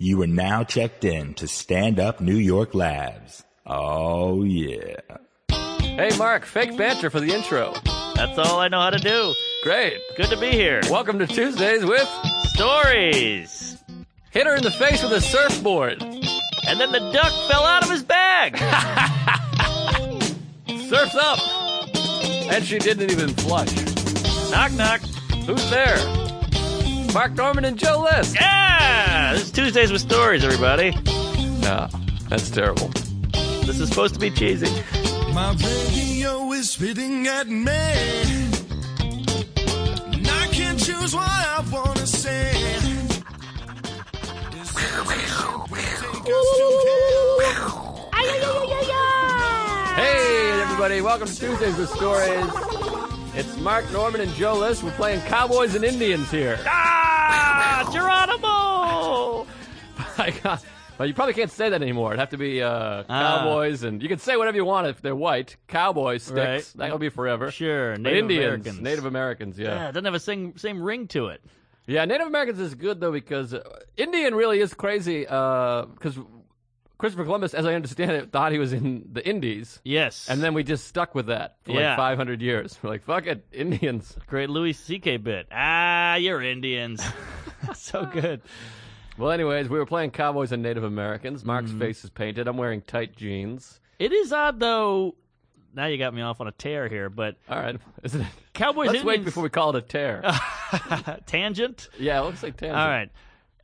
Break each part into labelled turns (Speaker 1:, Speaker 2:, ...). Speaker 1: You are now checked in to Stand Up New York Labs. Oh, yeah.
Speaker 2: Hey, Mark, fake banter for the intro.
Speaker 3: That's all I know how to do.
Speaker 2: Great.
Speaker 3: Good to be here.
Speaker 2: Welcome to Tuesdays with
Speaker 3: Stories.
Speaker 2: Hit Her in the Face with a Surfboard.
Speaker 3: And then the duck fell out of his bag.
Speaker 2: Surf's up. And she didn't even flush.
Speaker 3: knock, knock.
Speaker 2: Who's there? Mark Norman and Joe List.
Speaker 3: Yeah! This is Tuesdays with Stories, everybody.
Speaker 2: No, that's terrible.
Speaker 3: This is supposed to be cheesy.
Speaker 4: My radio is spitting at me. And I can choose what I want to say. This is-
Speaker 2: Hey, everybody. Welcome to Tuesdays with Stories. It's Mark Norman and Joe List. We're playing Cowboys and Indians here.
Speaker 3: Ah! Geronimo!
Speaker 2: I got- well, you probably can't say that anymore. It'd have to be uh,
Speaker 3: Ah.
Speaker 2: Cowboys, and you can say whatever you want if they're white. Cowboys sticks.
Speaker 3: Right.
Speaker 2: That'll be forever.
Speaker 3: Sure,
Speaker 2: But
Speaker 3: Native
Speaker 2: Indians,
Speaker 3: Americans.
Speaker 2: Native Americans, yeah.
Speaker 3: Yeah, it doesn't have a same, same ring to it.
Speaker 2: Yeah, Native Americans is good though because uh, Indian really is crazy. Because Christopher Columbus, as I understand it, thought he was in the Indies,
Speaker 3: Yes.
Speaker 2: and then we just stuck with that for
Speaker 3: Yeah.
Speaker 2: like 500 years. We're like, fuck it, Indians.
Speaker 3: Great Louis C.K. bit. Ah, you're Indians. so good.
Speaker 2: Well, anyways, we were playing Cowboys and Native Americans. Mark's
Speaker 3: Mm-hmm.
Speaker 2: face is painted. I'm wearing tight jeans.
Speaker 3: It is odd, though. Now you got me off on a tear here, but
Speaker 2: All right, isn't it?
Speaker 3: Cowboys
Speaker 2: Let's
Speaker 3: Indians
Speaker 2: wait before we call it a tear.
Speaker 3: tangent.
Speaker 2: yeah, it looks like tangent.
Speaker 3: All right.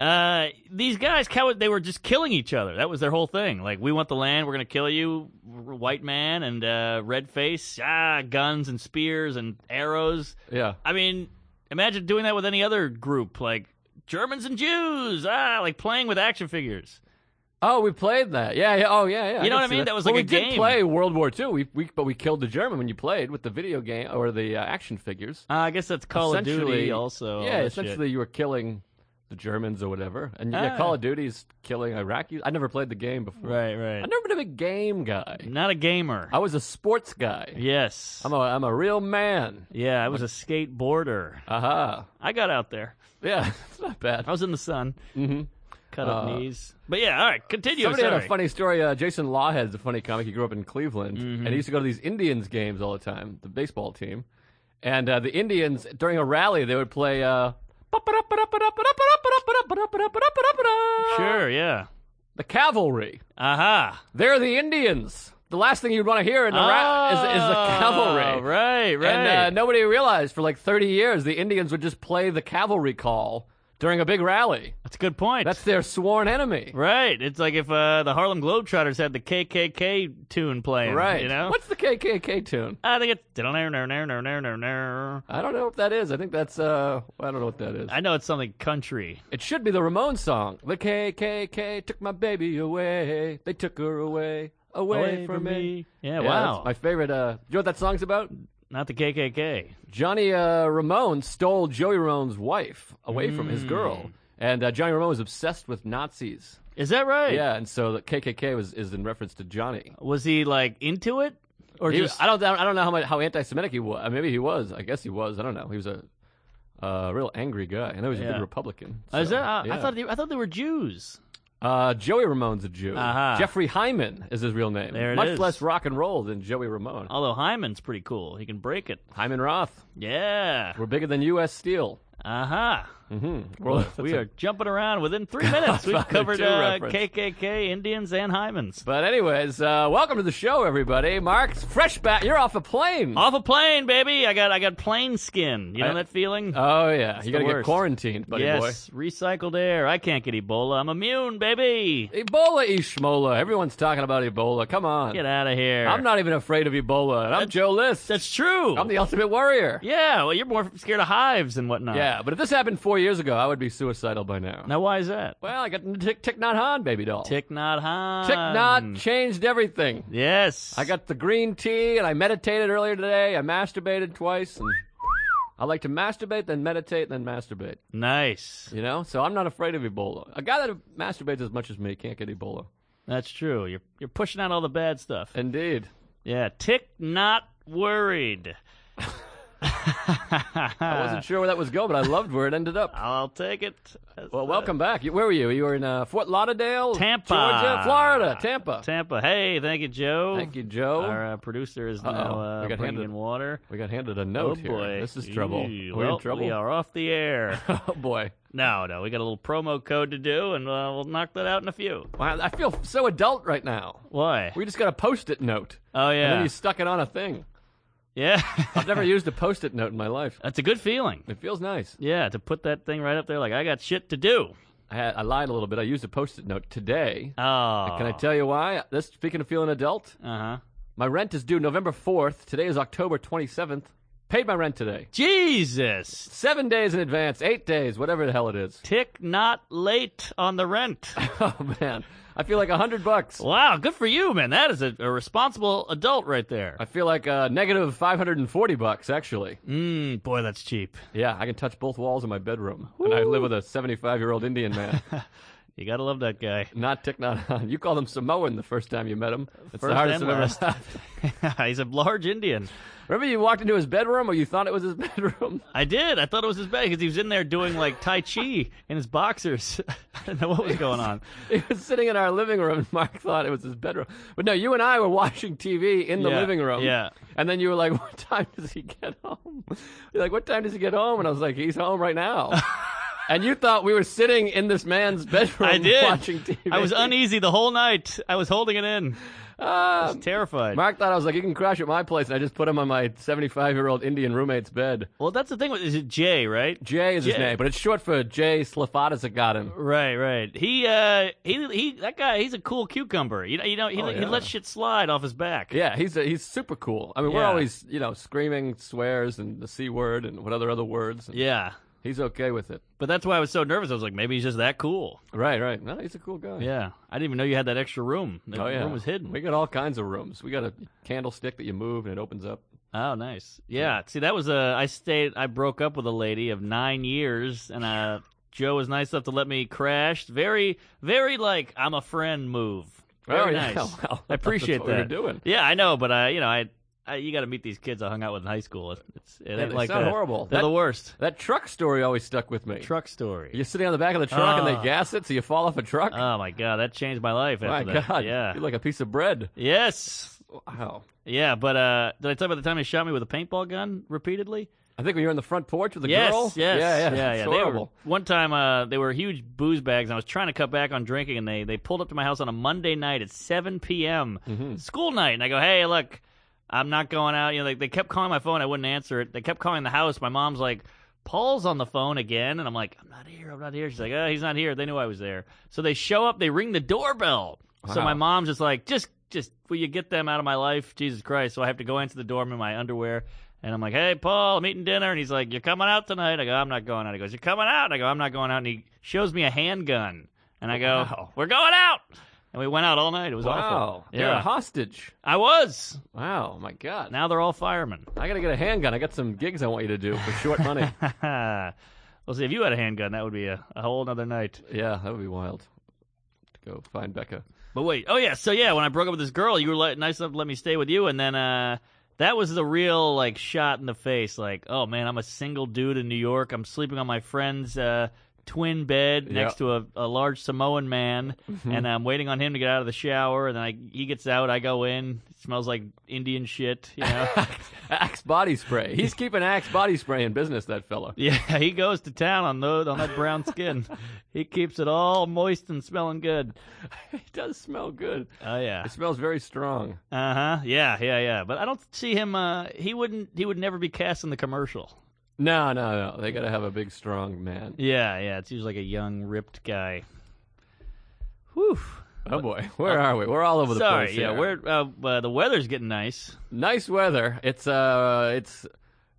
Speaker 3: Uh, these guys, cow- they were just killing each other. That was their whole thing. Like, we want the land. We're gonna kill you, r- white man and uh, red face. Ah, guns and spears and arrows.
Speaker 2: Yeah.
Speaker 3: I mean, imagine doing that with any other group, like Germans and Jews. Ah, like playing with action figures.
Speaker 2: Oh, we played that. Yeah, yeah. Oh, yeah, yeah.
Speaker 3: You
Speaker 2: can
Speaker 3: know what I
Speaker 2: see
Speaker 3: mean? That was
Speaker 2: But
Speaker 3: like
Speaker 2: we
Speaker 3: a
Speaker 2: did
Speaker 3: game.
Speaker 2: play World War II. We, we but we killed the German when you played with the video game or the uh, action figures.
Speaker 3: Uh, I guess that's Call of Duty,
Speaker 2: Essentially-
Speaker 3: also. all
Speaker 2: yeah,
Speaker 3: that
Speaker 2: essentially you were killing the Germans or whatever. And yeah,
Speaker 3: Ah.
Speaker 2: Call of Duty's killing Iraqis. I never played the game
Speaker 3: shit.
Speaker 2: before.
Speaker 3: Right, right.
Speaker 2: I've never been a big game guy.
Speaker 3: Not a gamer.
Speaker 2: I was a sports guy.
Speaker 3: Yes.
Speaker 2: I'm a I'm a real man.
Speaker 3: yeah, I was a skateboarder.
Speaker 2: Aha.
Speaker 3: I got out there.
Speaker 2: Yeah, it's not bad.
Speaker 3: I was in the sun. Mm-hmm. Cut up
Speaker 2: Uh,
Speaker 3: knees. But yeah, all right, continue.
Speaker 2: Somebody
Speaker 3: sorry.
Speaker 2: had a funny story. Uh, Jason Lawhead's a funny comic. He grew up in Cleveland, and
Speaker 3: Mm-hmm.
Speaker 2: he used to go to these Indians games all the time, the baseball team. And uh, the Indians, during a rally, they would play. Uh,
Speaker 3: Sure, yeah.
Speaker 2: The cavalry.
Speaker 3: Aha.
Speaker 2: They're the Indians. The last thing you'd want to hear in a ra- is, is the
Speaker 3: Ah,
Speaker 2: cavalry.
Speaker 3: Right, right.
Speaker 2: And uh, nobody realized for like 30 years the Indians would just play the cavalry call during a big rally.
Speaker 3: That's a good point.
Speaker 2: That's their sworn enemy.
Speaker 3: right. It's like if uh, the Harlem Globetrotters had the KKK tune playing.
Speaker 2: Right.
Speaker 3: You know?
Speaker 2: What's the KKK tune?
Speaker 3: I think it's.
Speaker 2: I don't know if that is. I think that's uh I don't know what that is.
Speaker 3: I know it's something country.
Speaker 2: It should be the Ramones song. The KKK took my baby away. They took her away, away, from, me. Yeah,
Speaker 3: Yeah, wow.
Speaker 2: that's my favorite. Uh, you know what that song's about?
Speaker 3: Not the KKK.
Speaker 2: Johnny uh, Ramone stole Joey Ramone's wife away from his girl,
Speaker 3: Mm.
Speaker 2: and uh, Johnny Ramone was obsessed with Nazis.
Speaker 3: Is that right?
Speaker 2: Yeah, and so the KKK was is in reference to Johnny.
Speaker 3: Was he like into it? Or
Speaker 2: He-
Speaker 3: just.
Speaker 2: I don't I don't know how much, how anti-Semitic he was. Maybe he was. I guess he was. I don't know. He was a uh, real angry guy. I know he was a
Speaker 3: Yeah.
Speaker 2: big Republican.
Speaker 3: Is
Speaker 2: so,
Speaker 3: that, uh, I, I
Speaker 2: yeah.
Speaker 3: thought they, I thought they were Jews.
Speaker 2: uh, Joey Ramone's a Jew.
Speaker 3: Uh-huh.
Speaker 2: Jeffrey Hyman is his real name.
Speaker 3: There it
Speaker 2: Much
Speaker 3: is. Oh.
Speaker 2: less rock and roll than Joey Ramone.
Speaker 3: Although Hyman's pretty cool. He can break it.
Speaker 2: Hyman Roth.
Speaker 3: Yeah.
Speaker 2: We're bigger than U.S. Steel.
Speaker 3: Aha.
Speaker 2: Mm-hmm.
Speaker 3: We are jumping around within three minutes. We've
Speaker 2: Godfather
Speaker 3: covered
Speaker 2: II
Speaker 3: uh,
Speaker 2: reference.
Speaker 3: KKK, Indians, and Hymans.
Speaker 2: But anyways, uh, welcome to the show, everybody. Mark's fresh back. You're off a plane.
Speaker 3: Off a plane, baby. I got I got plane skin. You know
Speaker 2: I-
Speaker 3: that feeling?
Speaker 2: oh yeah, you
Speaker 3: the
Speaker 2: gotta get
Speaker 3: worst.
Speaker 2: quarantined, buddy
Speaker 3: yes. Recycled air. I can't get Ebola. I'm immune, baby.
Speaker 2: boy. Ebola, Ishmola. Everyone's talking about Ebola. Come on.
Speaker 3: Get out of here.
Speaker 2: I'm not even afraid of Ebola. And I'm Joe List.
Speaker 3: That's true.
Speaker 2: I'm the ultimate warrior.
Speaker 3: yeah. Well, you're more scared of hives and whatnot.
Speaker 2: Yeah, but if this happened four years ago, I would be suicidal by now.
Speaker 3: Now, why is that?
Speaker 2: Well, I got Tick Tick Not Han, baby doll.
Speaker 3: Tick not hon.
Speaker 2: Tick Not changed everything.
Speaker 3: Yes.
Speaker 2: I got the green tea, and I meditated earlier today. I masturbated twice, and I like to masturbate, then meditate, then masturbate.
Speaker 3: nice.
Speaker 2: You know, so I'm not afraid of Ebola. A guy that masturbates as much as me can't get Ebola.
Speaker 3: That's true. You're you're pushing out all the bad stuff.
Speaker 2: Indeed.
Speaker 3: Yeah, tick not worried. Ah.
Speaker 2: I wasn't sure where that was going, but I loved where it ended up.
Speaker 3: I'll take it. That's
Speaker 2: Well,
Speaker 3: the-
Speaker 2: welcome back. You- Where were you? You were in uh, Fort Lauderdale,
Speaker 3: Tampa.
Speaker 2: Georgia, Florida, Tampa.
Speaker 3: Tampa. Hey, thank you, Joe.
Speaker 2: Thank you, Joe.
Speaker 3: Our uh, producer is
Speaker 2: Uh-oh.
Speaker 3: now uh,
Speaker 2: We got
Speaker 3: bringing
Speaker 2: handed-
Speaker 3: in water.
Speaker 2: We got handed a note
Speaker 3: oh
Speaker 2: here.
Speaker 3: boy,
Speaker 2: This is trouble.
Speaker 3: Eee,
Speaker 2: we're
Speaker 3: well,
Speaker 2: in trouble.
Speaker 3: We are off the air.
Speaker 2: oh boy,
Speaker 3: no, no, we got a little promo code to do, and uh, we'll knock that out in a few.
Speaker 2: wow, I feel so adult right now.
Speaker 3: Why?
Speaker 2: We just got a post-it note,
Speaker 3: oh
Speaker 2: and then
Speaker 3: yeah,
Speaker 2: you stuck it on a thing.
Speaker 3: yeah.
Speaker 2: I've never used a post-it note in my life.
Speaker 3: That's a good feeling.
Speaker 2: It feels nice.
Speaker 3: Yeah, to put that thing right up there, like I got shit to do.
Speaker 2: I, had, I lied a little bit. I used a post-it note today.
Speaker 3: Oh,
Speaker 2: Can I tell you why? This speaking of feeling adult,
Speaker 3: Uh huh.
Speaker 2: my rent is due November fourth. Today is October twenty-seventh. Paid my rent today.
Speaker 3: Jesus.
Speaker 2: Seven days in advance, eight days, whatever the hell it is.
Speaker 3: Tick not late on the rent.
Speaker 2: Oh man, I feel like a hundred bucks.
Speaker 3: wow, good for you, man. That is a, a responsible adult right there.
Speaker 2: I feel like uh, negative five hundred and forty bucks actually.
Speaker 3: Mm, boy, that's cheap.
Speaker 2: Yeah, I can touch both walls in my bedroom, and I live with a seventy-five-year-old Indian man.
Speaker 3: You gotta love that guy.
Speaker 2: not Thich Nhat Hanh. You called him Samoan the first time you met him. It's the
Speaker 3: First
Speaker 2: hardest
Speaker 3: and
Speaker 2: I've ever
Speaker 3: last. He's a large Indian.
Speaker 2: Remember, you walked into his bedroom, or you thought it was his bedroom.
Speaker 3: I did. I thought it was his bed because he was in there doing like tai chi in his boxers. I didn't know what was going on.
Speaker 2: He was sitting in our living room, and Mark thought it was his bedroom. But no, you and I were watching TV in the
Speaker 3: Yeah,
Speaker 2: living room.
Speaker 3: yeah.
Speaker 2: And then you were like, "What time does he get home?" You're like, "What time does he get home?" And I was like, "He's home right now." and you thought we were sitting in this man's bedroom
Speaker 3: I did.
Speaker 2: watching TV.
Speaker 3: I was uneasy the whole night. I was holding it in. I was
Speaker 2: Um,
Speaker 3: terrified.
Speaker 2: Mark thought I was like, "You can crash at my place," and I just put him on my 75 year old Indian roommate's bed.
Speaker 3: well, that's the thing. with- Is it Jay, right?
Speaker 2: Jay is his
Speaker 3: Jay.
Speaker 2: name, but it's short for Jay Slafatis got him.
Speaker 3: Right, right. He, uh, he, he. That guy. He's a cool cucumber. You know, you know. He,
Speaker 2: Oh,
Speaker 3: he
Speaker 2: yeah.
Speaker 3: lets shit slide off his back.
Speaker 2: Yeah, he's he's super cool. I mean, we're
Speaker 3: Yeah.
Speaker 2: always you know screaming swears and the c word and what other other words. and
Speaker 3: Yeah.
Speaker 2: He's okay with it.
Speaker 3: But that's why I was so nervous. I was like, maybe he's just that cool.
Speaker 2: Right, right. No, he's a cool guy.
Speaker 3: Yeah. I didn't even know you had that extra room. The
Speaker 2: Oh yeah.
Speaker 3: room was hidden.
Speaker 2: We got all kinds of rooms. We got a candlestick that you move and it opens up.
Speaker 3: Oh, nice. Yeah. See, that was a. I stayed. I broke up with a lady of nine years, and uh, Joe was nice enough to let me crash. Very, very like I'm a friend move.
Speaker 2: Oh,
Speaker 3: Very
Speaker 2: yeah.
Speaker 3: nice.
Speaker 2: Well,
Speaker 3: I appreciate
Speaker 2: that's what we
Speaker 3: that.
Speaker 2: were doing.
Speaker 3: Yeah, I know, but I, you know, I, I you got to meet these kids I hung out with in high school. It's it ain't
Speaker 2: they
Speaker 3: like
Speaker 2: sound
Speaker 3: that.
Speaker 2: horrible.
Speaker 3: They're
Speaker 2: That-
Speaker 3: the worst.
Speaker 2: That truck story always stuck with me.
Speaker 3: Truck story.
Speaker 2: You're sitting on the back of the truck and
Speaker 3: Ah.
Speaker 2: they gas it, so you fall off a truck.
Speaker 3: Oh my god, that changed my life.
Speaker 2: My
Speaker 3: After that.
Speaker 2: God,
Speaker 3: Yeah.
Speaker 2: you're like a piece of bread.
Speaker 3: yes.
Speaker 2: Wow.
Speaker 3: Yeah, but uh, did I tell you about the time he shot me with a paintball gun repeatedly?
Speaker 2: I think when you're on the front porch with a
Speaker 3: yes,
Speaker 2: girl.
Speaker 3: Yes,
Speaker 2: yeah, yeah,
Speaker 3: yeah,
Speaker 2: It's
Speaker 3: yeah. They were-
Speaker 2: horrible.
Speaker 3: one time, uh, they were huge booze bags, and I was trying to cut back on drinking, and they, they pulled up to my house on a Monday night at 7 p.m.,
Speaker 2: Mm-hmm.
Speaker 3: school night, and I go, hey, look, I'm not going out. You know, like, they kept calling my phone. I wouldn't answer it. They kept calling the house. My mom's like, Paul's on the phone again, and I'm like, I'm not here. I'm not here. She's like, oh, he's not here. They knew I was there. So they show up. They ring the doorbell. So
Speaker 2: Wow.
Speaker 3: my mom's just like, just, just, will you get them out of my life? Jesus Christ. So I have to go into the dorm in my underwear. And I'm like, hey, Paul, I'm eating dinner. And he's like, you're coming out tonight. I go, I'm not going out. He goes, you're coming out. And I go, I'm not going out. And he shows me a handgun. And I go, we're going out. And we went out all night. It was
Speaker 2: Wow.
Speaker 3: awful.
Speaker 2: You're a
Speaker 3: Yeah.
Speaker 2: hostage.
Speaker 3: I was.
Speaker 2: Wow, my God.
Speaker 3: Now they're all firemen.
Speaker 2: I gotta get a handgun. I got some gigs I want you to do for short money.
Speaker 3: well, see, if you had a handgun, that would be a, a whole other night.
Speaker 2: yeah, that would be wild. To go find Becca.
Speaker 3: But wait, oh yeah, so yeah, when I broke up with this girl, you were like, nice enough to let me stay with you, and then uh, that was the real like shot in the face. Like, oh man, I'm a single dude in New York. I'm sleeping on my friend's uh, twin bed next to a, a large Samoan man, and I'm waiting on him to get out of the shower. And then I, he gets out, I go in, it smells like Indian shit, you know.
Speaker 2: Axe body spray. He's keeping Axe body spray in business. That fella.
Speaker 3: Yeah, he goes to town on those on that brown skin. he keeps it all moist and smelling good.
Speaker 2: He does smell good.
Speaker 3: Oh yeah.
Speaker 2: It smells very strong.
Speaker 3: Uh huh. Yeah, yeah, yeah. But I don't see him. Uh, he wouldn't. He would never be cast in the commercial.
Speaker 2: No, no, no. They gotta have a big, strong man.
Speaker 3: Yeah, yeah. It's usually like a young, ripped guy. Whew.
Speaker 2: Oh boy, where are we? We're all over the
Speaker 3: Sorry.
Speaker 2: place.
Speaker 3: yeah,
Speaker 2: here.
Speaker 3: we're uh, uh, the weather's getting nice.
Speaker 2: nice weather. It's uh, it's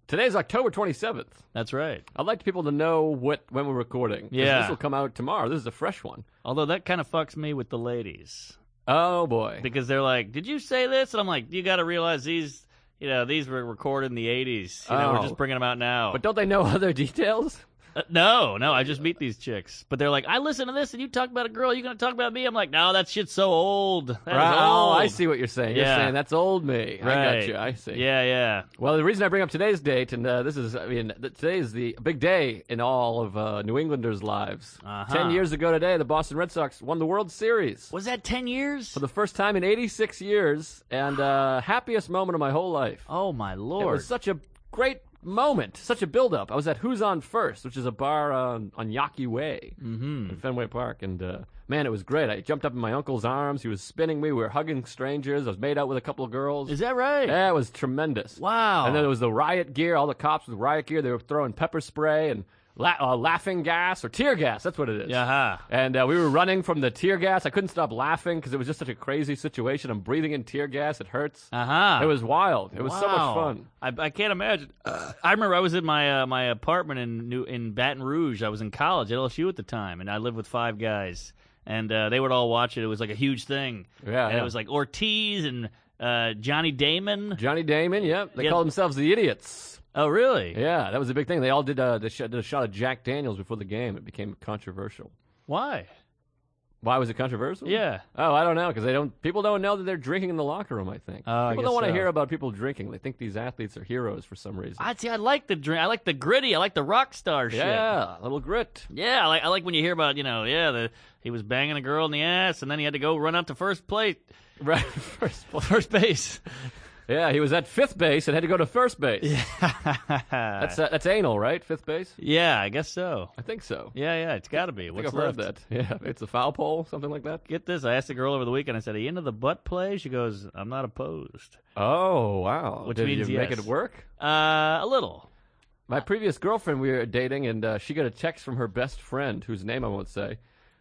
Speaker 2: today's October twenty seventh.
Speaker 3: That's right.
Speaker 2: I'd like people to know what when we're recording. 'cause
Speaker 3: Yeah.
Speaker 2: this will come out tomorrow. This is a fresh one.
Speaker 3: Although that kind of fucks me with the ladies
Speaker 2: Oh boy.
Speaker 3: because they're like, "Did you say this?" And I'm like, "You got to realize these." You know, these were recorded in the '80s. You know,
Speaker 2: Oh.
Speaker 3: we're just bringing them out now.
Speaker 2: But don't they know other details?
Speaker 3: Uh, no, no, I just meet these chicks, but they're like, I listen to this, and you talk about a girl. You gonna talk about me? I'm like, no, that shit's so old. That is
Speaker 2: Oh,
Speaker 3: old.
Speaker 2: I see what you're saying. You're
Speaker 3: Yeah.
Speaker 2: saying that's old me. I
Speaker 3: Right.
Speaker 2: got you. I see.
Speaker 3: Yeah, yeah.
Speaker 2: Well, the reason I bring up today's date, and uh, this is, I mean, th- today is the big day in all of uh, New Englanders' lives.
Speaker 3: Uh-huh.
Speaker 2: Ten years ago today, the Boston Red Sox won the World Series
Speaker 3: Was that ten years?
Speaker 2: for the first time in 86 years, and uh, happiest moment of my whole life.
Speaker 3: Oh my
Speaker 2: It
Speaker 3: lord!
Speaker 2: was such a great moment, such a build-up. I was at Who's on First, which is a bar on, on Yaki Way in Fenway Park, and uh, man, it was great. I jumped up in my uncle's arms. He was spinning me. We were hugging strangers. I was made out with a couple of girls.
Speaker 3: Is that right?
Speaker 2: Yeah, it was tremendous.
Speaker 3: Wow.
Speaker 2: And then there was the riot gear. All the cops with riot gear. They were throwing pepper spray and la- uh, laughing gas or tear gas. That's what it is.
Speaker 3: Yeah. huh.
Speaker 2: And uh, we were running from the tear gas. I couldn't stop laughing because it was just such a crazy situation. I'm breathing in tear gas. It hurts.
Speaker 3: Uh huh.
Speaker 2: It was wild. It was so much
Speaker 3: Wow.
Speaker 2: fun.
Speaker 3: I, I can't imagine. I remember I was in my uh, my apartment in New in Baton Rouge. I was in college at LSU at the time, and I lived with five guys, and uh, they would all watch it. It was like a huge thing.
Speaker 2: Yeah,
Speaker 3: and
Speaker 2: yeah.
Speaker 3: it was like Ortiz and uh, Johnny Damon.
Speaker 2: Johnny Damon. Yep. They
Speaker 3: Yeah.
Speaker 2: called themselves the Idiots.
Speaker 3: Oh, really?
Speaker 2: Yeah, that was a big thing. They all did, uh, they sh- did a shot of Jack Daniels before the game. It became controversial.
Speaker 3: Why?
Speaker 2: Why was it controversial?
Speaker 3: Yeah.
Speaker 2: Oh, I don't know because they don't. People don't know that they're drinking in the locker room. I think
Speaker 3: Oh, I
Speaker 2: people
Speaker 3: guess
Speaker 2: don't want to
Speaker 3: so.
Speaker 2: hear about people drinking. They think these athletes are heroes for some reason.
Speaker 3: I see. I like the drink. I like the gritty. I like the rock star shit.
Speaker 2: yeah, a little grit.
Speaker 3: Yeah, I like I like when you hear about you know yeah the he was banging a girl in the ass and then he had to go run out to first plate
Speaker 2: Right. First,
Speaker 3: first base.
Speaker 2: yeah, he was at fifth base and had to go to first base. That's uh, that's anal, right? Fifth base.
Speaker 3: yeah, I guess so.
Speaker 2: I think so.
Speaker 3: Yeah, yeah, it's got to be.
Speaker 2: I think
Speaker 3: What's
Speaker 2: I've
Speaker 3: left?
Speaker 2: heard that. Yeah, it's a foul pole, something like that.
Speaker 3: Get this. I asked a girl over the weekend. I said, "Are you into the butt play?" She goes, "I'm not opposed."
Speaker 2: Oh wow!
Speaker 3: Which
Speaker 2: Did
Speaker 3: means
Speaker 2: you make
Speaker 3: yes.
Speaker 2: it work?
Speaker 3: Uh, a little.
Speaker 2: My previous girlfriend, we were dating, and uh, she got a text from her best friend, whose name I won't say.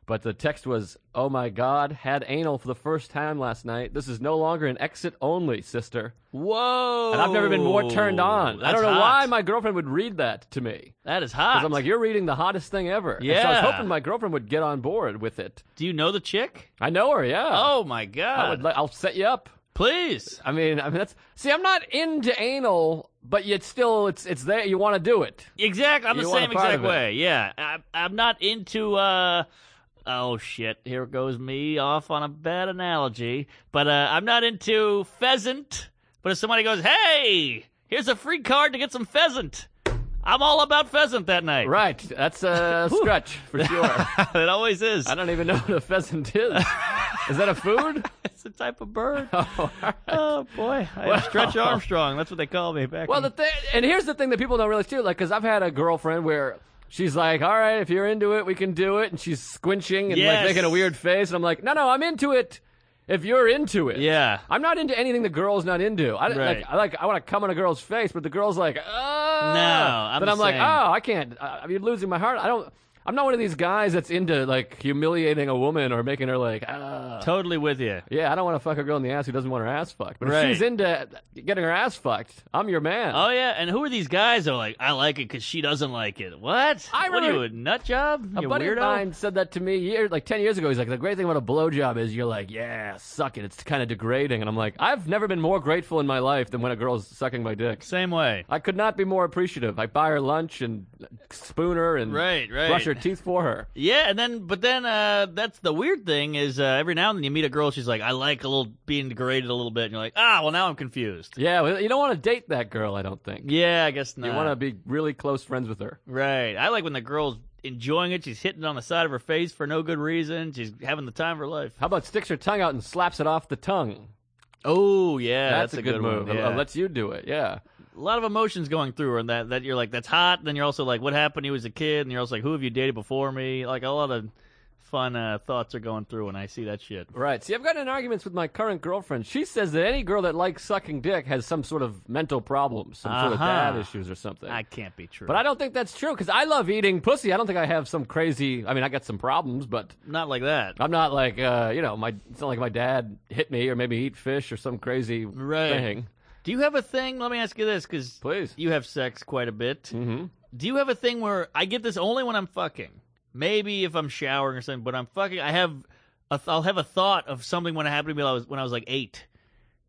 Speaker 2: But the text was, "Oh my God, had anal for the first time last night. This is no longer an exit only, sister."
Speaker 3: Whoa!
Speaker 2: And I've never been more turned on. I
Speaker 3: That's
Speaker 2: don't know
Speaker 3: hot.
Speaker 2: why my girlfriend would read that to me.
Speaker 3: That is hot.
Speaker 2: Because I'm like, you're reading the hottest thing ever. And so I
Speaker 3: Yeah.
Speaker 2: was hoping my girlfriend would get on board with it.
Speaker 3: do you know the chick?
Speaker 2: I know her, yeah.
Speaker 3: Oh my
Speaker 2: I would,
Speaker 3: god!
Speaker 2: li- I'll set you up.
Speaker 3: Please.
Speaker 2: I mean, I mean that's see, I'm not into anal, but yet still, it's it's there. You want to do it.
Speaker 3: Exactly. I'm
Speaker 2: You
Speaker 3: the
Speaker 2: want a
Speaker 3: same
Speaker 2: part
Speaker 3: exact
Speaker 2: of it.
Speaker 3: way. Yeah. I, I'm not into. uh Oh shit! Here goes me off on a bad analogy, but uh, I'm not into pheasant. But if somebody goes, "Hey, here's a free card to get some pheasant," I'm all about pheasant that night.
Speaker 2: Right. That's a stretch for sure.
Speaker 3: it always is.
Speaker 2: I don't even know what a pheasant is. Is that a food?
Speaker 3: It's a type of bird.
Speaker 2: Oh, all right.
Speaker 3: oh boy, I am Stretch Armstrong. That's what they call me back.
Speaker 2: Well,
Speaker 3: in-
Speaker 2: the thing, and here's the thing that people don't realize too, like, because I've had a girlfriend where she's like, "All right, if you're into it, we can do it," and she's squinching and
Speaker 3: Yes.
Speaker 2: like making a weird face, and I'm like, "No, no, I'm into it. If you're into it,
Speaker 3: yeah.
Speaker 2: I'm not into anything the girl's not into. I
Speaker 3: Right.
Speaker 2: like, I like, I want to come on a girl's face, but the girl's like, "Oh,
Speaker 3: I'm
Speaker 2: Then
Speaker 3: the
Speaker 2: I'm like,
Speaker 3: same.
Speaker 2: "Oh, I can't. I, I'm losing my heart. I don't." I'm not one of these guys that's into like humiliating a woman or making her like, ah.
Speaker 3: Totally with you.
Speaker 2: Yeah, I don't want to fuck a girl in the ass who doesn't want her ass fucked. But
Speaker 3: Right.
Speaker 2: if she's into getting her ass fucked, I'm your man.
Speaker 3: Oh yeah, and who are these guys that are like, I like it because she doesn't like it? What?
Speaker 2: I
Speaker 3: what are you,
Speaker 2: remember-
Speaker 3: a nut job?
Speaker 2: a
Speaker 3: you
Speaker 2: buddy
Speaker 3: weirdo?
Speaker 2: of mine said that to me year, like 10 years ago. He's like, the great thing about a blowjob is you're like, yeah, suck it. It's kind of degrading. And I'm like, I've never been more grateful in my life than when a girl's sucking my dick.
Speaker 3: Same way.
Speaker 2: I could not be more appreciative. I buy her lunch and spoon her and
Speaker 3: Right, right.
Speaker 2: brush her teeth for her.
Speaker 3: Yeah, and then but then uh that's the weird thing is uh, every now and then you meet a girl, she's like, I like a little being degraded a little bit, and you're like, ah, well now I'm confused.
Speaker 2: Yeah, well, you don't want to date that girl, I don't think.
Speaker 3: Yeah, I guess not.
Speaker 2: You want to be really close friends with her.
Speaker 3: Right. I like when the girl's enjoying it. She's hitting it on the side of her face for no good reason. She's having the time of her life.
Speaker 2: How about sticks her tongue out and slaps it off the tongue?
Speaker 3: Oh yeah, that's,
Speaker 2: a, good, move.
Speaker 3: One.
Speaker 2: Uh,
Speaker 3: yeah.
Speaker 2: Let's you do it. Yeah.
Speaker 3: a lot of emotions going through her, and that that you're like, that's hot. Then you're also like, what happened? He was a kid, and you're also like, who have you dated before me? Like a lot of fun uh, thoughts are going through when I see that shit.
Speaker 2: Right. See, I've gotten in arguments with my current girlfriend. She says that any girl that likes sucking dick has some sort of mental problems, some sort of
Speaker 3: Uh-huh.
Speaker 2: dad issues or something.
Speaker 3: That can't be true.
Speaker 2: but I don't think that's true because I love eating pussy. I don't think I have some crazy. I mean, I got some problems, but
Speaker 3: not like that.
Speaker 2: I'm not like uh, you know, my. It's not like my dad hit me or maybe eat fish or some crazy
Speaker 3: Right.
Speaker 2: thing.
Speaker 3: Do you have a thing? Let me ask you this, because
Speaker 2: Please.
Speaker 3: you have sex quite a bit. Mm-hmm. Do you have a thing where I get this only when I'm fucking? Maybe if I'm showering or something, but I'm fucking. I have, a th- I'll have a thought of something when it happened to me. When I was when I was like eight.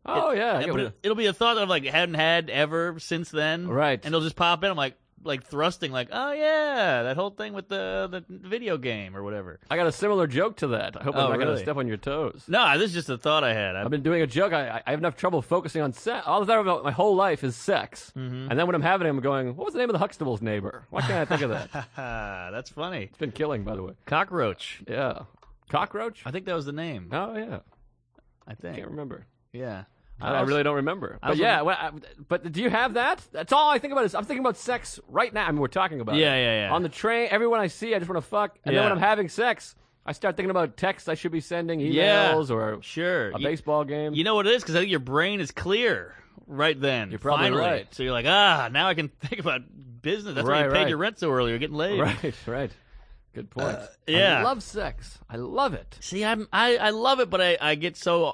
Speaker 2: Oh yeah. I
Speaker 3: Yeah,
Speaker 2: get
Speaker 3: but
Speaker 2: what
Speaker 3: it, will be a thought that I've like hadn't had ever since then.
Speaker 2: Right.
Speaker 3: And it'll just pop in. I'm like, like thrusting, like, "Oh yeah, that whole thing with the the video game or whatever."
Speaker 2: I got a similar joke to that. I hope
Speaker 3: Oh,
Speaker 2: I'm not going
Speaker 3: really?
Speaker 2: to step on your toes.
Speaker 3: No, this is just a thought I had. I,
Speaker 2: I've been doing a joke. I, I- I have enough trouble focusing on sex. All I've thought about my whole life is sex.
Speaker 3: Mm-hmm.
Speaker 2: And then when I'm having it, I'm going, what was the name of the Huxtable's neighbor? Why can't I think of that? It's
Speaker 3: ah, that's funny.
Speaker 2: been killing, by the way.
Speaker 3: Cockroach.
Speaker 2: Yeah. Cockroach?
Speaker 3: I think that was the name.
Speaker 2: Oh, yeah.
Speaker 3: I
Speaker 2: I
Speaker 3: think.
Speaker 2: can't remember.
Speaker 3: Yeah.
Speaker 2: I, I really don't remember. But
Speaker 3: was-
Speaker 2: yeah, well, I, but do you have that? That's all I think about is I'm thinking about sex right now. I mean, we're talking about
Speaker 3: Yeah,
Speaker 2: it.
Speaker 3: yeah, yeah.
Speaker 2: On the train, everyone I see, I just want to fuck. And
Speaker 3: Yeah.
Speaker 2: then when I'm having sex, I start thinking about texts I should be sending,
Speaker 3: Yeah.
Speaker 2: emails, or
Speaker 3: Sure.
Speaker 2: a
Speaker 3: You-
Speaker 2: baseball game.
Speaker 3: You know what it is? Because I think your brain is clear right then. You're
Speaker 2: probably
Speaker 3: finally.
Speaker 2: right.
Speaker 3: So you're like, ah, now I can think about business. That's why you
Speaker 2: Right,
Speaker 3: paid
Speaker 2: right.
Speaker 3: your rent so early. You're getting laid.
Speaker 2: Right, right. Good point.
Speaker 3: Uh, yeah.
Speaker 2: I love sex. I love it.
Speaker 3: See, I'm, I I love it, but I, I get so uh,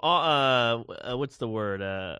Speaker 3: uh what's the word uh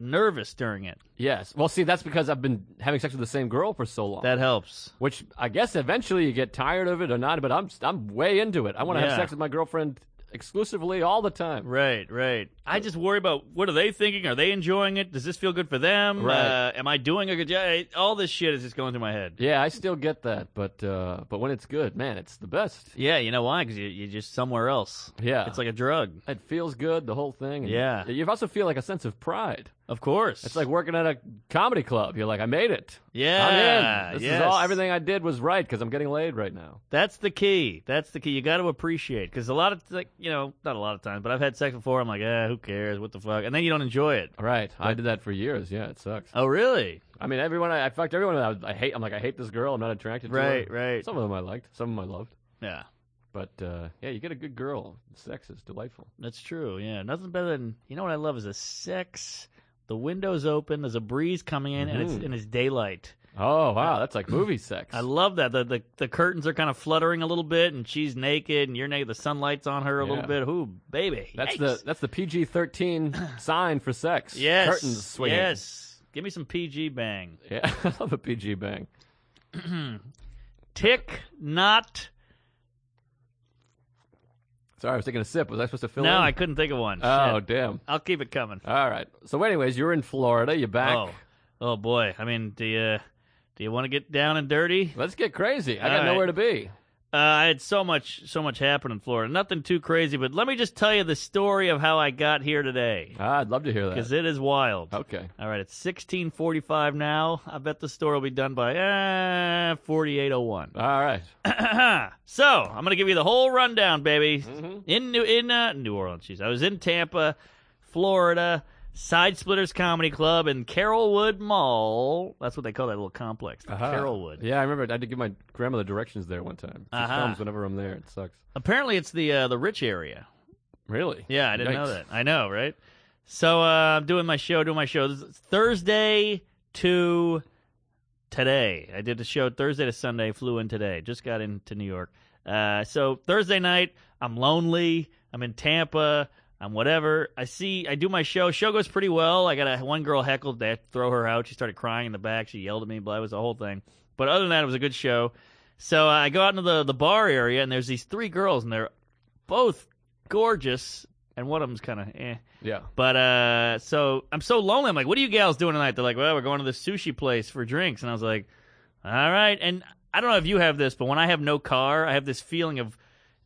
Speaker 3: nervous during it.
Speaker 2: Yes. Well, see, that's because I've been having sex with the same girl for so long.
Speaker 3: That helps.
Speaker 2: which I guess eventually you get tired of it or not, but I'm I'm way into it. I want to
Speaker 3: Yeah.
Speaker 2: have sex with my girlfriend exclusively all the time.
Speaker 3: Right, right. I just worry about what are they thinking? Are they enjoying it? Does this feel good for them?
Speaker 2: Right.
Speaker 3: Uh, am I doing a good job? All this shit is just going through my head.
Speaker 2: Yeah, I still get that, but uh, but when it's good, man, it's the best.
Speaker 3: Yeah, you know why? Because you, you're just somewhere else.
Speaker 2: Yeah.
Speaker 3: It's like a drug.
Speaker 2: It feels good, the whole thing. and
Speaker 3: Yeah.
Speaker 2: you also feel like a sense of pride.
Speaker 3: Of course.
Speaker 2: It's like working at a comedy club. You're like, I made it.
Speaker 3: Yeah,
Speaker 2: I'm in. This
Speaker 3: yes.
Speaker 2: is all. Everything I did was right because I'm getting laid right now.
Speaker 3: That's the key. That's the key. You got to appreciate because a lot of like you know not a lot of times, but I've had sex before. I'm like, ah, who cares? What the fuck? And then you don't enjoy it.
Speaker 2: Right. I did that for years. Yeah, it sucks.
Speaker 3: Oh, really?
Speaker 2: I mean, everyone. I, I fucked everyone. I, I hate. I'm like, I hate this girl. I'm not attracted to her.
Speaker 3: Right, right.
Speaker 2: Some of them I liked. Some of them I loved.
Speaker 3: Yeah,
Speaker 2: But uh, yeah, you get a good girl. Sex is delightful.
Speaker 3: that's true. Yeah, nothing better than you know what I love is a sex. The windows open. There's a breeze coming in, and it's
Speaker 2: Mhm.
Speaker 3: and it's daylight.
Speaker 2: Oh wow, that's like movie sex.
Speaker 3: I love that. The, the the curtains are kind of fluttering a little bit, and she's naked, and you're naked. The sunlight's on her a little
Speaker 2: Yeah.
Speaker 3: bit. Ooh, baby.
Speaker 2: that's
Speaker 3: Yikes.
Speaker 2: the that's the PG thirteen sign for sex.
Speaker 3: yes
Speaker 2: curtains swinging.
Speaker 3: Yes, give me some PG bang.
Speaker 2: yeah. I love a PG bang.
Speaker 3: Tick not.
Speaker 2: Sorry, I was taking a sip. Was I supposed to fill
Speaker 3: No, I
Speaker 2: in?
Speaker 3: couldn't think of one.
Speaker 2: Oh
Speaker 3: Shit.
Speaker 2: damn.
Speaker 3: I'll keep it coming.
Speaker 2: All right. So, anyways, you're in Florida. You're back.
Speaker 3: Oh, oh boy. I mean, do you do you want to get down and dirty?
Speaker 2: Let's get crazy. I
Speaker 3: All
Speaker 2: got
Speaker 3: right.
Speaker 2: nowhere to be.
Speaker 3: Uh, I had so much so much happen in Florida. Nothing too crazy, but let me just tell you the story of how I got here today
Speaker 2: Ah, I'd love to hear that.
Speaker 3: because it is wild.
Speaker 2: Okay.
Speaker 3: All right, it's 16:45 now. I bet the store will be done by uh, 48:01.
Speaker 2: All right.
Speaker 3: so I'm gonna give you the whole rundown, baby. In New in uh, New Orleans, jeez. I was in Tampa, Florida, Side Splitters Comedy Club in Carrollwood Mall. That's what they call that little complex, the
Speaker 2: Ah.
Speaker 3: Carrollwood.
Speaker 2: Yeah, I remember. I had to give my grandmother directions there one time. She
Speaker 3: Uh-huh.
Speaker 2: comes whenever I'm there. It sucks.
Speaker 3: Apparently, it's the uh, the rich area.
Speaker 2: Really?
Speaker 3: Yeah, I didn't know
Speaker 2: Yikes.
Speaker 3: that. I know, right? So uh, I'm doing my show, doing my show This is Thursday to today. I did the show Thursday to Sunday. Flew in today. Just got into New York. Uh, so Thursday night, I'm lonely. I'm in Tampa. I'm whatever. I see. I do my show. Show goes pretty well. I got a one girl heckled. They had to throw her out. She started crying in the back. She yelled at me. Blah, it was a whole thing. But other than that, it was a good show. So uh, I go out into the the bar area, and there's these three girls, and they're both gorgeous, and one of them's kind of eh.
Speaker 2: Yeah.
Speaker 3: But uh, so I'm so lonely. I'm like, what are you gals doing tonight? They're like, well, we're going to this sushi place for drinks, and I was like, all right. And I don't know if you have this, but when I have no car, I have this feeling of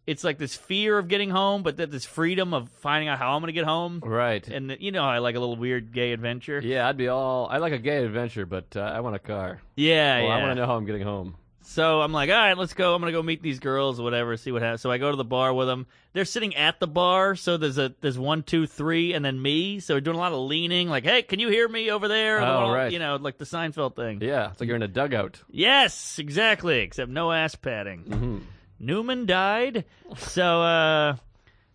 Speaker 3: it's like this fear of getting home, but that this freedom of finding out how I'm going to get home.
Speaker 2: Right.
Speaker 3: And you know, how I like a little weird gay adventure.
Speaker 2: Yeah, I'd be all. I like a gay adventure, but uh, I want a car.
Speaker 3: yeah.
Speaker 2: Well,
Speaker 3: yeah.
Speaker 2: I want to know how I'm getting home.
Speaker 3: So I'm like, all right, let's go. I'm gonna go meet these girls, whatever. See what happens. So I go to the bar with them. They're sitting at the bar, so there's a there's one, two, three, and then me. So we're doing a lot of leaning, like, hey, can you hear me over there?
Speaker 2: Oh,
Speaker 3: Well,
Speaker 2: right.
Speaker 3: You know, like the Seinfeld thing.
Speaker 2: Yeah, it's like you're in a dugout.
Speaker 3: Yes, exactly. Except no ass padding.
Speaker 2: Mm-hmm.
Speaker 3: Newman died. So uh,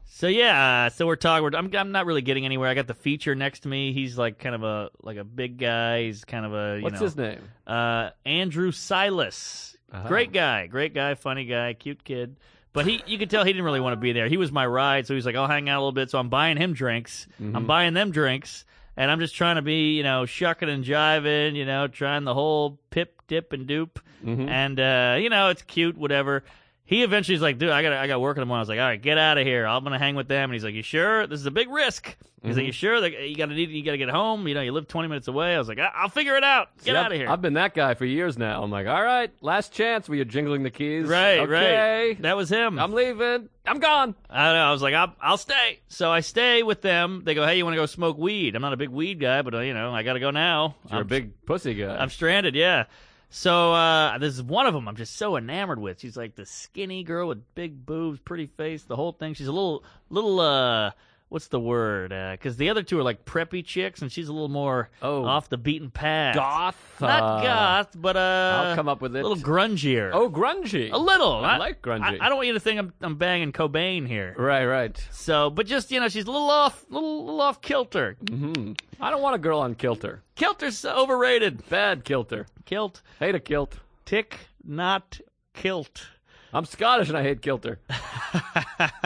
Speaker 3: so yeah. So we're talking. We're, I'm I'm not really getting anywhere. I got the feature next to me. He's like kind of a like a big guy. He's kind of a you
Speaker 2: What's
Speaker 3: know,
Speaker 2: his name?
Speaker 3: uh, Andrew Silas.
Speaker 2: Uh-huh.
Speaker 3: Great guy, great guy, funny guy, cute kid. But he, you could tell he didn't really want to be there. He was my ride, so he's like, I'll hang out a little bit. So I'm buying him drinks.
Speaker 2: Mm-hmm.
Speaker 3: I'm buying them drinks. And I'm just trying to be, you know, shucking and jiving, you
Speaker 2: Mm-hmm.
Speaker 3: know, trying the whole pip, dip, and dupe. And, uh, you know, it's cute, whatever. He eventually is like, dude, I got I got work in the morning. I was like, all right, get out of here. I'm gonna hang with them. And he's like, you sure? This is a big risk. He's
Speaker 2: Mm-hmm.
Speaker 3: like, you sure? Like, you gotta need you gotta get home. You know, you live 20 minutes away. I was like, I- I'll figure it out. Get
Speaker 2: Yep,
Speaker 3: out of here.
Speaker 2: I've been that guy for years now. I'm like, all right, last chance. We are jingling the keys.
Speaker 3: Right,
Speaker 2: okay.
Speaker 3: right. That was him.
Speaker 2: I'm leaving. I'm gone.
Speaker 3: I don't know. I was like, I'll, I'll stay. So I stay with them. They go, hey, you want to go smoke weed? I'm not a big weed guy, but, uh, you know, I got to go now.
Speaker 2: You're
Speaker 3: I'm,
Speaker 2: a big pussy guy.
Speaker 3: I'm stranded, yeah. So uh, this is one of them I'm just so enamored with. She's like the skinny girl with big boobs, pretty face, the whole thing. She's a little, little, uh, what's the word? Because the other two are like preppy chicks, and she's a little more
Speaker 2: Oh.
Speaker 3: off the beaten path.
Speaker 2: goth.
Speaker 3: Not
Speaker 2: uh,
Speaker 3: goth, but uh,
Speaker 2: I'll come up with
Speaker 3: a
Speaker 2: it.
Speaker 3: little grungier.
Speaker 2: oh, grungy.
Speaker 3: a little.
Speaker 2: I like grungy.
Speaker 3: I, I don't want you to think I'm, I'm banging Cobain here.
Speaker 2: Right, right.
Speaker 3: So, but just you know, she's a little off, little, little off kilter.
Speaker 2: Hmm. I don't want a girl on kilter.
Speaker 3: Kilter's overrated.
Speaker 2: Bad kilter.
Speaker 3: Kilt,
Speaker 2: Hate a kilt.
Speaker 3: tick, not kilt.
Speaker 2: I'm Scottish and I hate kilter.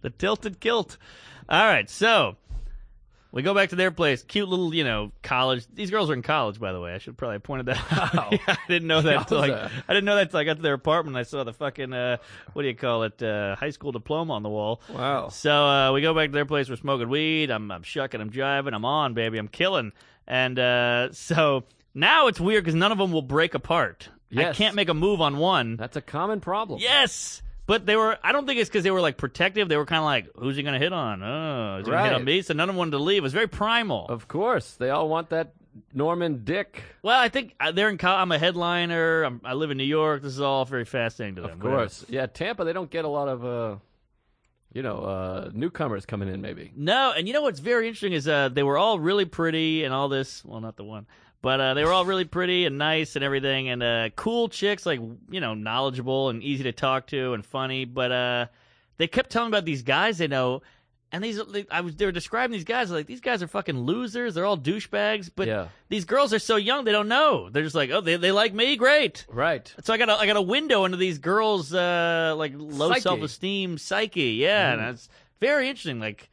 Speaker 3: the tilted kilt. All right, so we go back to their place. Cute little, you know, college. These girls are in college, by the way. I should probably have pointed that out. Yeah, I didn't know that. Till I,
Speaker 2: Yowza.
Speaker 3: I didn't know that till I got to their apartment. and I saw the fucking uh, what do you call it? Uh, high school diploma on the wall.
Speaker 2: Wow.
Speaker 3: So uh, we go back to their place. We're smoking weed. I'm, I'm shucking. I'm jiving. I'm on, baby. I'm killing. And uh, so now it's weird because none of them will break apart. I
Speaker 2: Yes.
Speaker 3: can't make a move on one.
Speaker 2: That's a common problem.
Speaker 3: Yes, but they were. I don't think it's because they were like protective. They were kind of like, "Who's he gonna hit on? Oh, is he gonna hit
Speaker 2: Right.
Speaker 3: on me?" So none of them wanted to leave. It was very primal.
Speaker 2: Of course. They all want that Norman dick.
Speaker 3: well, I think uh, they're in. Col- I'm a headliner. I'm, I live in New York. This is all very fascinating to them.
Speaker 2: Of
Speaker 3: whatever.
Speaker 2: course. Yeah, Tampa, they don't get a lot of, uh, you know, uh, newcomers coming in, maybe.
Speaker 3: No, and you know what's very interesting is uh, they were all really pretty and all this. Well, not the one, but uh, they were all really pretty and nice and everything, and uh, cool chicks, like you know, knowledgeable and easy to talk to and funny. But uh, they kept telling about these guys they know, and these they- I was they were describing these guys like these guys are fucking losers. They're all douchebags. But
Speaker 2: Yeah.
Speaker 3: these girls are so young they don't know. They're just like, oh, they they like me, great.
Speaker 2: Right.
Speaker 3: So I got a, I got a window into these girls' uh, like low
Speaker 2: Psyche. Mm-hmm.
Speaker 3: self esteem psyche. Yeah, and it's very interesting. Like,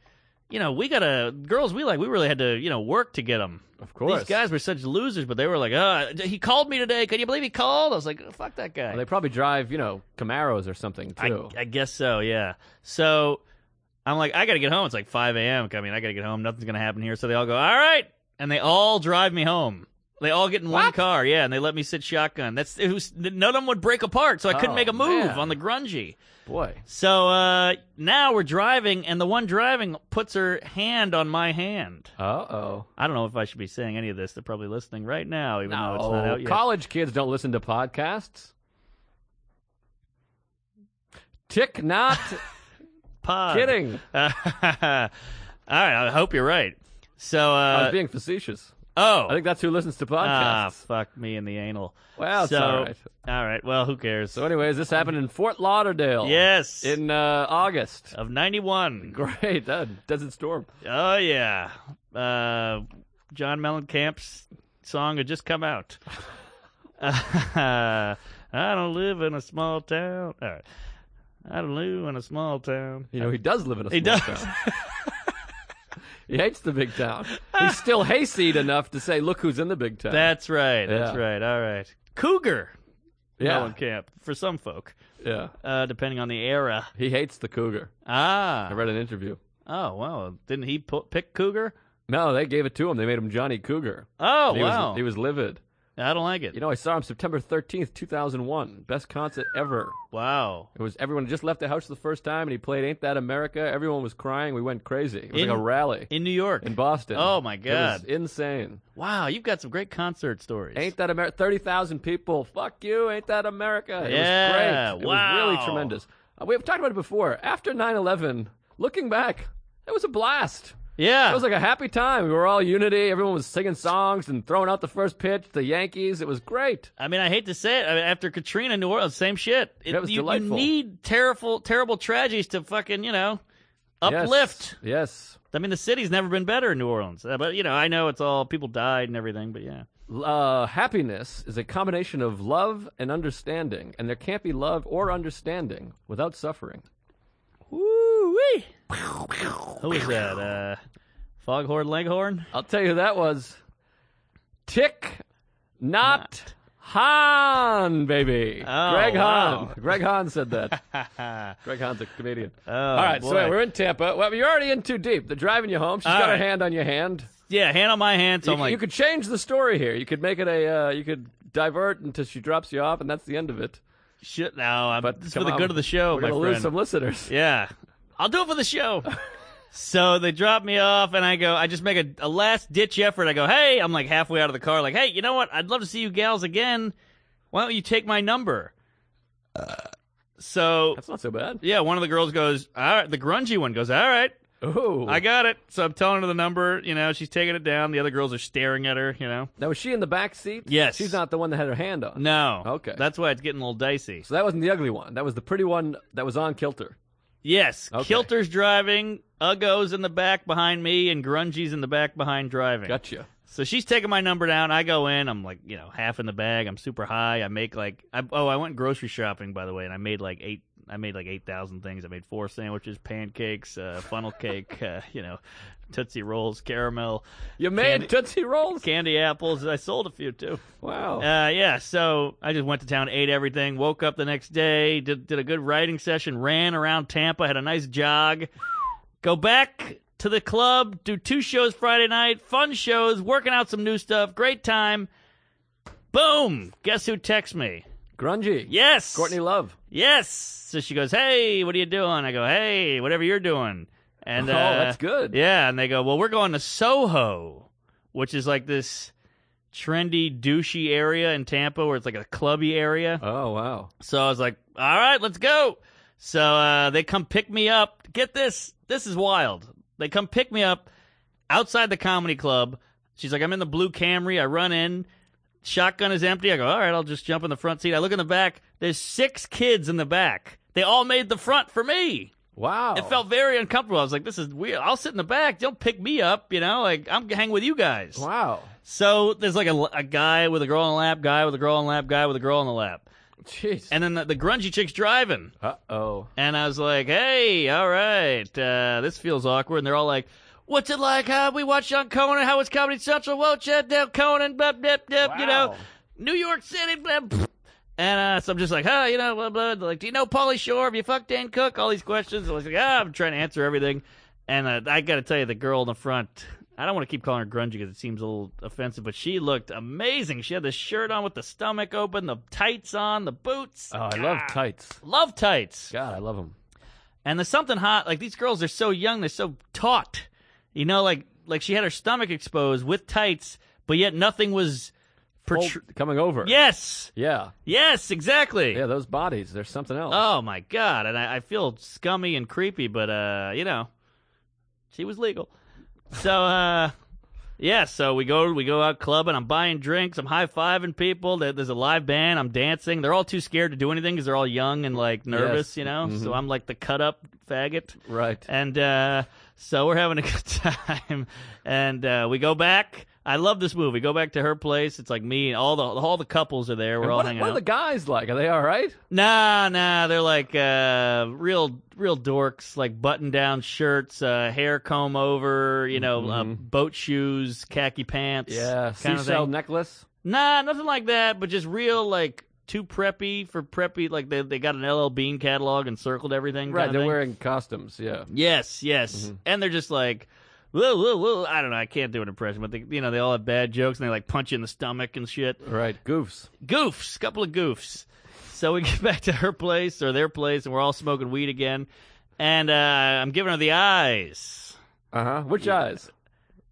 Speaker 3: you know, we got to girls we like. We really had to you know work to get them.
Speaker 2: Of course.
Speaker 3: These guys were such losers, but they were like, uh, he called me today. Can you believe he called? I was like, fuck that guy.
Speaker 2: Well, they probably drive, you know, Camaros or something, too.
Speaker 3: I, I guess so, yeah. So I'm like, I got to get home. It's like 5 a.m. I mean, I got to get home. Nothing's going to happen here. So they all go, all right. And they all drive me home. They all get in one
Speaker 2: What?
Speaker 3: car, yeah, and they let me sit shotgun. That's it was, none of them would break apart, so I couldn't
Speaker 2: Oh,
Speaker 3: make a move
Speaker 2: man.
Speaker 3: on the grungy.
Speaker 2: Boy.
Speaker 3: So uh, now we're driving, and the one driving puts her hand on my hand.
Speaker 2: Uh-oh.
Speaker 3: I don't know if I should be saying any of this. They're probably listening right now, even though it's
Speaker 2: No,
Speaker 3: not out yet.
Speaker 2: College kids don't listen to podcasts. Tick not
Speaker 3: Pod.
Speaker 2: kidding.
Speaker 3: all right, I hope you're right. So
Speaker 2: I
Speaker 3: uh,
Speaker 2: was being facetious.
Speaker 3: Oh.
Speaker 2: I think that's who listens to
Speaker 3: ah,
Speaker 2: podcasts.
Speaker 3: fuck me in the anal.
Speaker 2: Well, it's
Speaker 3: so,
Speaker 2: all right.
Speaker 3: all right, Well, who cares?
Speaker 2: so, anyways, this happened in Fort Lauderdale.
Speaker 3: yes.
Speaker 2: In uh, August.
Speaker 3: of 91.
Speaker 2: Great. That Desert Storm.
Speaker 3: Oh, yeah. Uh, John Mellencamp's song had just come out. Uh, I don't live in a small town. All right. I don't live in a small town.
Speaker 2: You know, he does live in a small
Speaker 3: He does.
Speaker 2: town. He hates the big town. He's still hayseed enough to say, look who's in the big town.
Speaker 3: That's right. That's
Speaker 2: Yeah.
Speaker 3: right. All right. Cougar
Speaker 2: yeah.
Speaker 3: Mellencamp for some folk,
Speaker 2: yeah.
Speaker 3: uh, depending on the era.
Speaker 2: He hates the cougar.
Speaker 3: Ah.
Speaker 2: I read an interview.
Speaker 3: Oh, wow. Didn't he pu- pick Cougar?
Speaker 2: No, they gave it to him. They made him Johnny Cougar.
Speaker 3: Oh,
Speaker 2: he
Speaker 3: wow.
Speaker 2: Was, he was livid.
Speaker 3: I don't like it.
Speaker 2: You know, I saw him September 13th, 2001. Best concert ever.
Speaker 3: wow.
Speaker 2: It was everyone had just left the house for the first time and he played Ain't That America. Everyone was crying. We went crazy. It was
Speaker 3: In-
Speaker 2: like a rally
Speaker 3: In New York.
Speaker 2: in Boston.
Speaker 3: Oh, my
Speaker 2: It was
Speaker 3: God.
Speaker 2: insane.
Speaker 3: wow, you've got some great concert stories.
Speaker 2: Ain't that America? Thirty thousand people. Fuck you. Ain't that America? It
Speaker 3: Yeah,
Speaker 2: was great. It
Speaker 3: wow.
Speaker 2: was really tremendous. Uh, we've talked about it before. After 9-11, looking back, it was a blast.
Speaker 3: yeah.
Speaker 2: It was like a happy time. We were all unity. Everyone was singing songs and throwing out the first pitch. The Yankees. It was great.
Speaker 3: I mean, I hate to say it. I mean, after Katrina, New Orleans, same shit. It,
Speaker 2: That was
Speaker 3: you, you
Speaker 2: delightful.
Speaker 3: need terrible, terrible tragedies to fucking, you know,
Speaker 2: Yes.
Speaker 3: uplift.
Speaker 2: Yes.
Speaker 3: I mean, the city's never been better in New Orleans. Uh, But, you know, I know it's all people died and everything, but yeah.
Speaker 2: Uh, happiness is a combination of love and understanding, and there can't be love or understanding without suffering.
Speaker 3: Woo-wee. Who was that? Uh, Foghorn Leghorn?
Speaker 2: I'll tell you who that was Tick, not, Hahn, baby.
Speaker 3: Oh,
Speaker 2: Greg
Speaker 3: wow.
Speaker 2: Hahn. Greg Hahn said that. Greg Hahn's a comedian. All right, so
Speaker 3: Oh, boy.
Speaker 2: wait, we're in Tampa. Well, you're already in too deep. They're driving you home. She's
Speaker 3: All
Speaker 2: got
Speaker 3: right.
Speaker 2: her hand on your hand.
Speaker 3: Yeah, hand on my hand. So
Speaker 2: You,
Speaker 3: I'm like,
Speaker 2: you could change the story here. You could make it a. Uh, you could divert until she drops you off, and that's the end of it.
Speaker 3: shit. Now I'm.
Speaker 2: But
Speaker 3: But this is
Speaker 2: come
Speaker 3: for the
Speaker 2: on,
Speaker 3: good of the show,
Speaker 2: We're
Speaker 3: my
Speaker 2: gonna
Speaker 3: friend.
Speaker 2: lose some listeners.
Speaker 3: Yeah, I'll do it for the show. so they drop me off, and I go. I just make a, a last ditch effort. I go, hey, I'm like halfway out of the car. Like, hey, you know what? I'd love to see you gals again. Why don't you take my number? Uh, so
Speaker 2: That's not so bad.
Speaker 3: yeah, one of the girls goes, all right. The grungy one goes, all right.
Speaker 2: Ooh.
Speaker 3: I got it. So I'm telling her the number. You know, she's taking it down. The other girls are staring at her. You know.
Speaker 2: now was she in the back seat?
Speaker 3: Yes.
Speaker 2: She's not the one that had her hand on.
Speaker 3: No.
Speaker 2: Okay.
Speaker 3: That's why it's getting a little dicey.
Speaker 2: So that wasn't the ugly one. That was the pretty one that was on kilter.
Speaker 3: Yes.
Speaker 2: Okay.
Speaker 3: Kilter's driving. Uggos in the back behind me, and Grungy's in the back behind driving.
Speaker 2: Gotcha.
Speaker 3: So she's taking my number down. I go in. I'm like, you know, half in the bag. I'm super high. I make like, I, oh, I went grocery shopping by the way, and I made like eight. I made like eight thousand things. I made four sandwiches, pancakes, uh, funnel cake, uh, you know, tootsie rolls, caramel,
Speaker 2: You made Tootsie Rolls?
Speaker 3: candy apples. I sold a few too.
Speaker 2: Wow.
Speaker 3: Uh, yeah, so I just went to town, ate everything, woke up the next day, did, did a good writing session, ran around Tampa, had a nice jog, go back to the club, do two shows Friday night, fun shows, working out some new stuff, great time. Boom! Guess who texts me?
Speaker 2: Grungy.
Speaker 3: Yes!
Speaker 2: Courtney Love.
Speaker 3: Yes! So she goes, hey, what are you doing? I go, hey, whatever you're doing. And,
Speaker 2: Oh,
Speaker 3: uh,
Speaker 2: that's good.
Speaker 3: Yeah, and they go, well, we're going to Soho, which is like this trendy, douchey area in Tampa where it's like a clubby area.
Speaker 2: Oh, wow.
Speaker 3: So I was like, all right, let's go. So uh, they come pick me up. Get this. This is wild. They come pick me up outside the comedy club. She's like, I'm in the blue Camry. I run in. Shotgun is empty. I go, all right, I'll just jump in the front seat. I look in the back. There's six kids in the back. They all made the front for me.
Speaker 2: Wow.
Speaker 3: It felt very uncomfortable. I was like, this is weird. I'll sit in the back. Don't pick me up. You know, like I'm hang with you guys.
Speaker 2: Wow.
Speaker 3: So there's like a, a guy with a girl on the lap, guy with a girl on the lap, guy with a girl on the lap.
Speaker 2: Jeez.
Speaker 3: And then the, the grungy chick's driving.
Speaker 2: Uh oh.
Speaker 3: And I was like, hey, all right, uh, this feels awkward. And they're all like, what's it like? How we watched on Conan? How was Comedy Central? Well, check out Conan, blah, blah, blah, you know,
Speaker 2: Wow.
Speaker 3: New York City, blah, blah. And uh, so I'm just like, huh, you know, blah, blah. They're like, do you know Pauly Shore? Have you fucked Dan Cook? All these questions. I was like, ah, I'm trying to answer everything. And uh, I got to tell you, the girl in the front, I don't want to keep calling her grungy because it seems a little offensive, but she looked amazing. She had the shirt on with the stomach open, the tights on, the boots.
Speaker 2: Oh, I love
Speaker 3: Ah,
Speaker 2: tights.
Speaker 3: Love tights.
Speaker 2: God, I love them.
Speaker 3: And there's something hot. Like these girls are so young, they're so taut. You know, like like she had her stomach exposed with tights, but yet nothing was. Protr-
Speaker 2: Old- coming over.
Speaker 3: yes,
Speaker 2: Yeah.
Speaker 3: yes, exactly.
Speaker 2: Yeah, those bodies. There's something else.
Speaker 3: Oh my god! And I, I feel scummy and creepy, but uh, you know, she was legal. So uh, yeah. So we go we go out clubbing. I'm buying drinks. I'm high fiving people. There- There's a live band. I'm dancing. They're all too scared to do anything because they're all young and like nervous,
Speaker 2: Yes. Mm-hmm.
Speaker 3: you know. So I'm like the cut up faggot.
Speaker 2: Right.
Speaker 3: And uh, so we're having a good time. And uh, we go back. I love this movie. Go back to her place. It's like me and all the all the couples are there. We're all
Speaker 2: what,
Speaker 3: hanging
Speaker 2: what are
Speaker 3: out.
Speaker 2: the guys like? Are they all right?
Speaker 3: Nah, nah, they're like uh, real, real dorks, like button-down shirts, uh, hair comb over, you know, uh, boat shoes, khaki pants,
Speaker 2: Mm-hmm. Yeah.
Speaker 3: kind of
Speaker 2: Seashell
Speaker 3: thing.
Speaker 2: necklace.
Speaker 3: Nah, nothing like that, but just real, like too preppy for preppy. Like they they got an LL Bean catalog and circled everything.
Speaker 2: Right.
Speaker 3: kinda
Speaker 2: They're
Speaker 3: thing.
Speaker 2: wearing Mm-hmm. costumes. Yeah.
Speaker 3: Yes, yes, and they're just like. Whoa, whoa, whoa. I don't know. I can't do an impression, but they, you know they all have bad jokes and they like punch you in the stomach and shit
Speaker 2: Right. Goofs.
Speaker 3: goofs, couple of goofs. So we get back to her place or their place, and we're all smoking weed again. And uh, I'm giving her the eyes,
Speaker 2: Uh huh. Which eyes?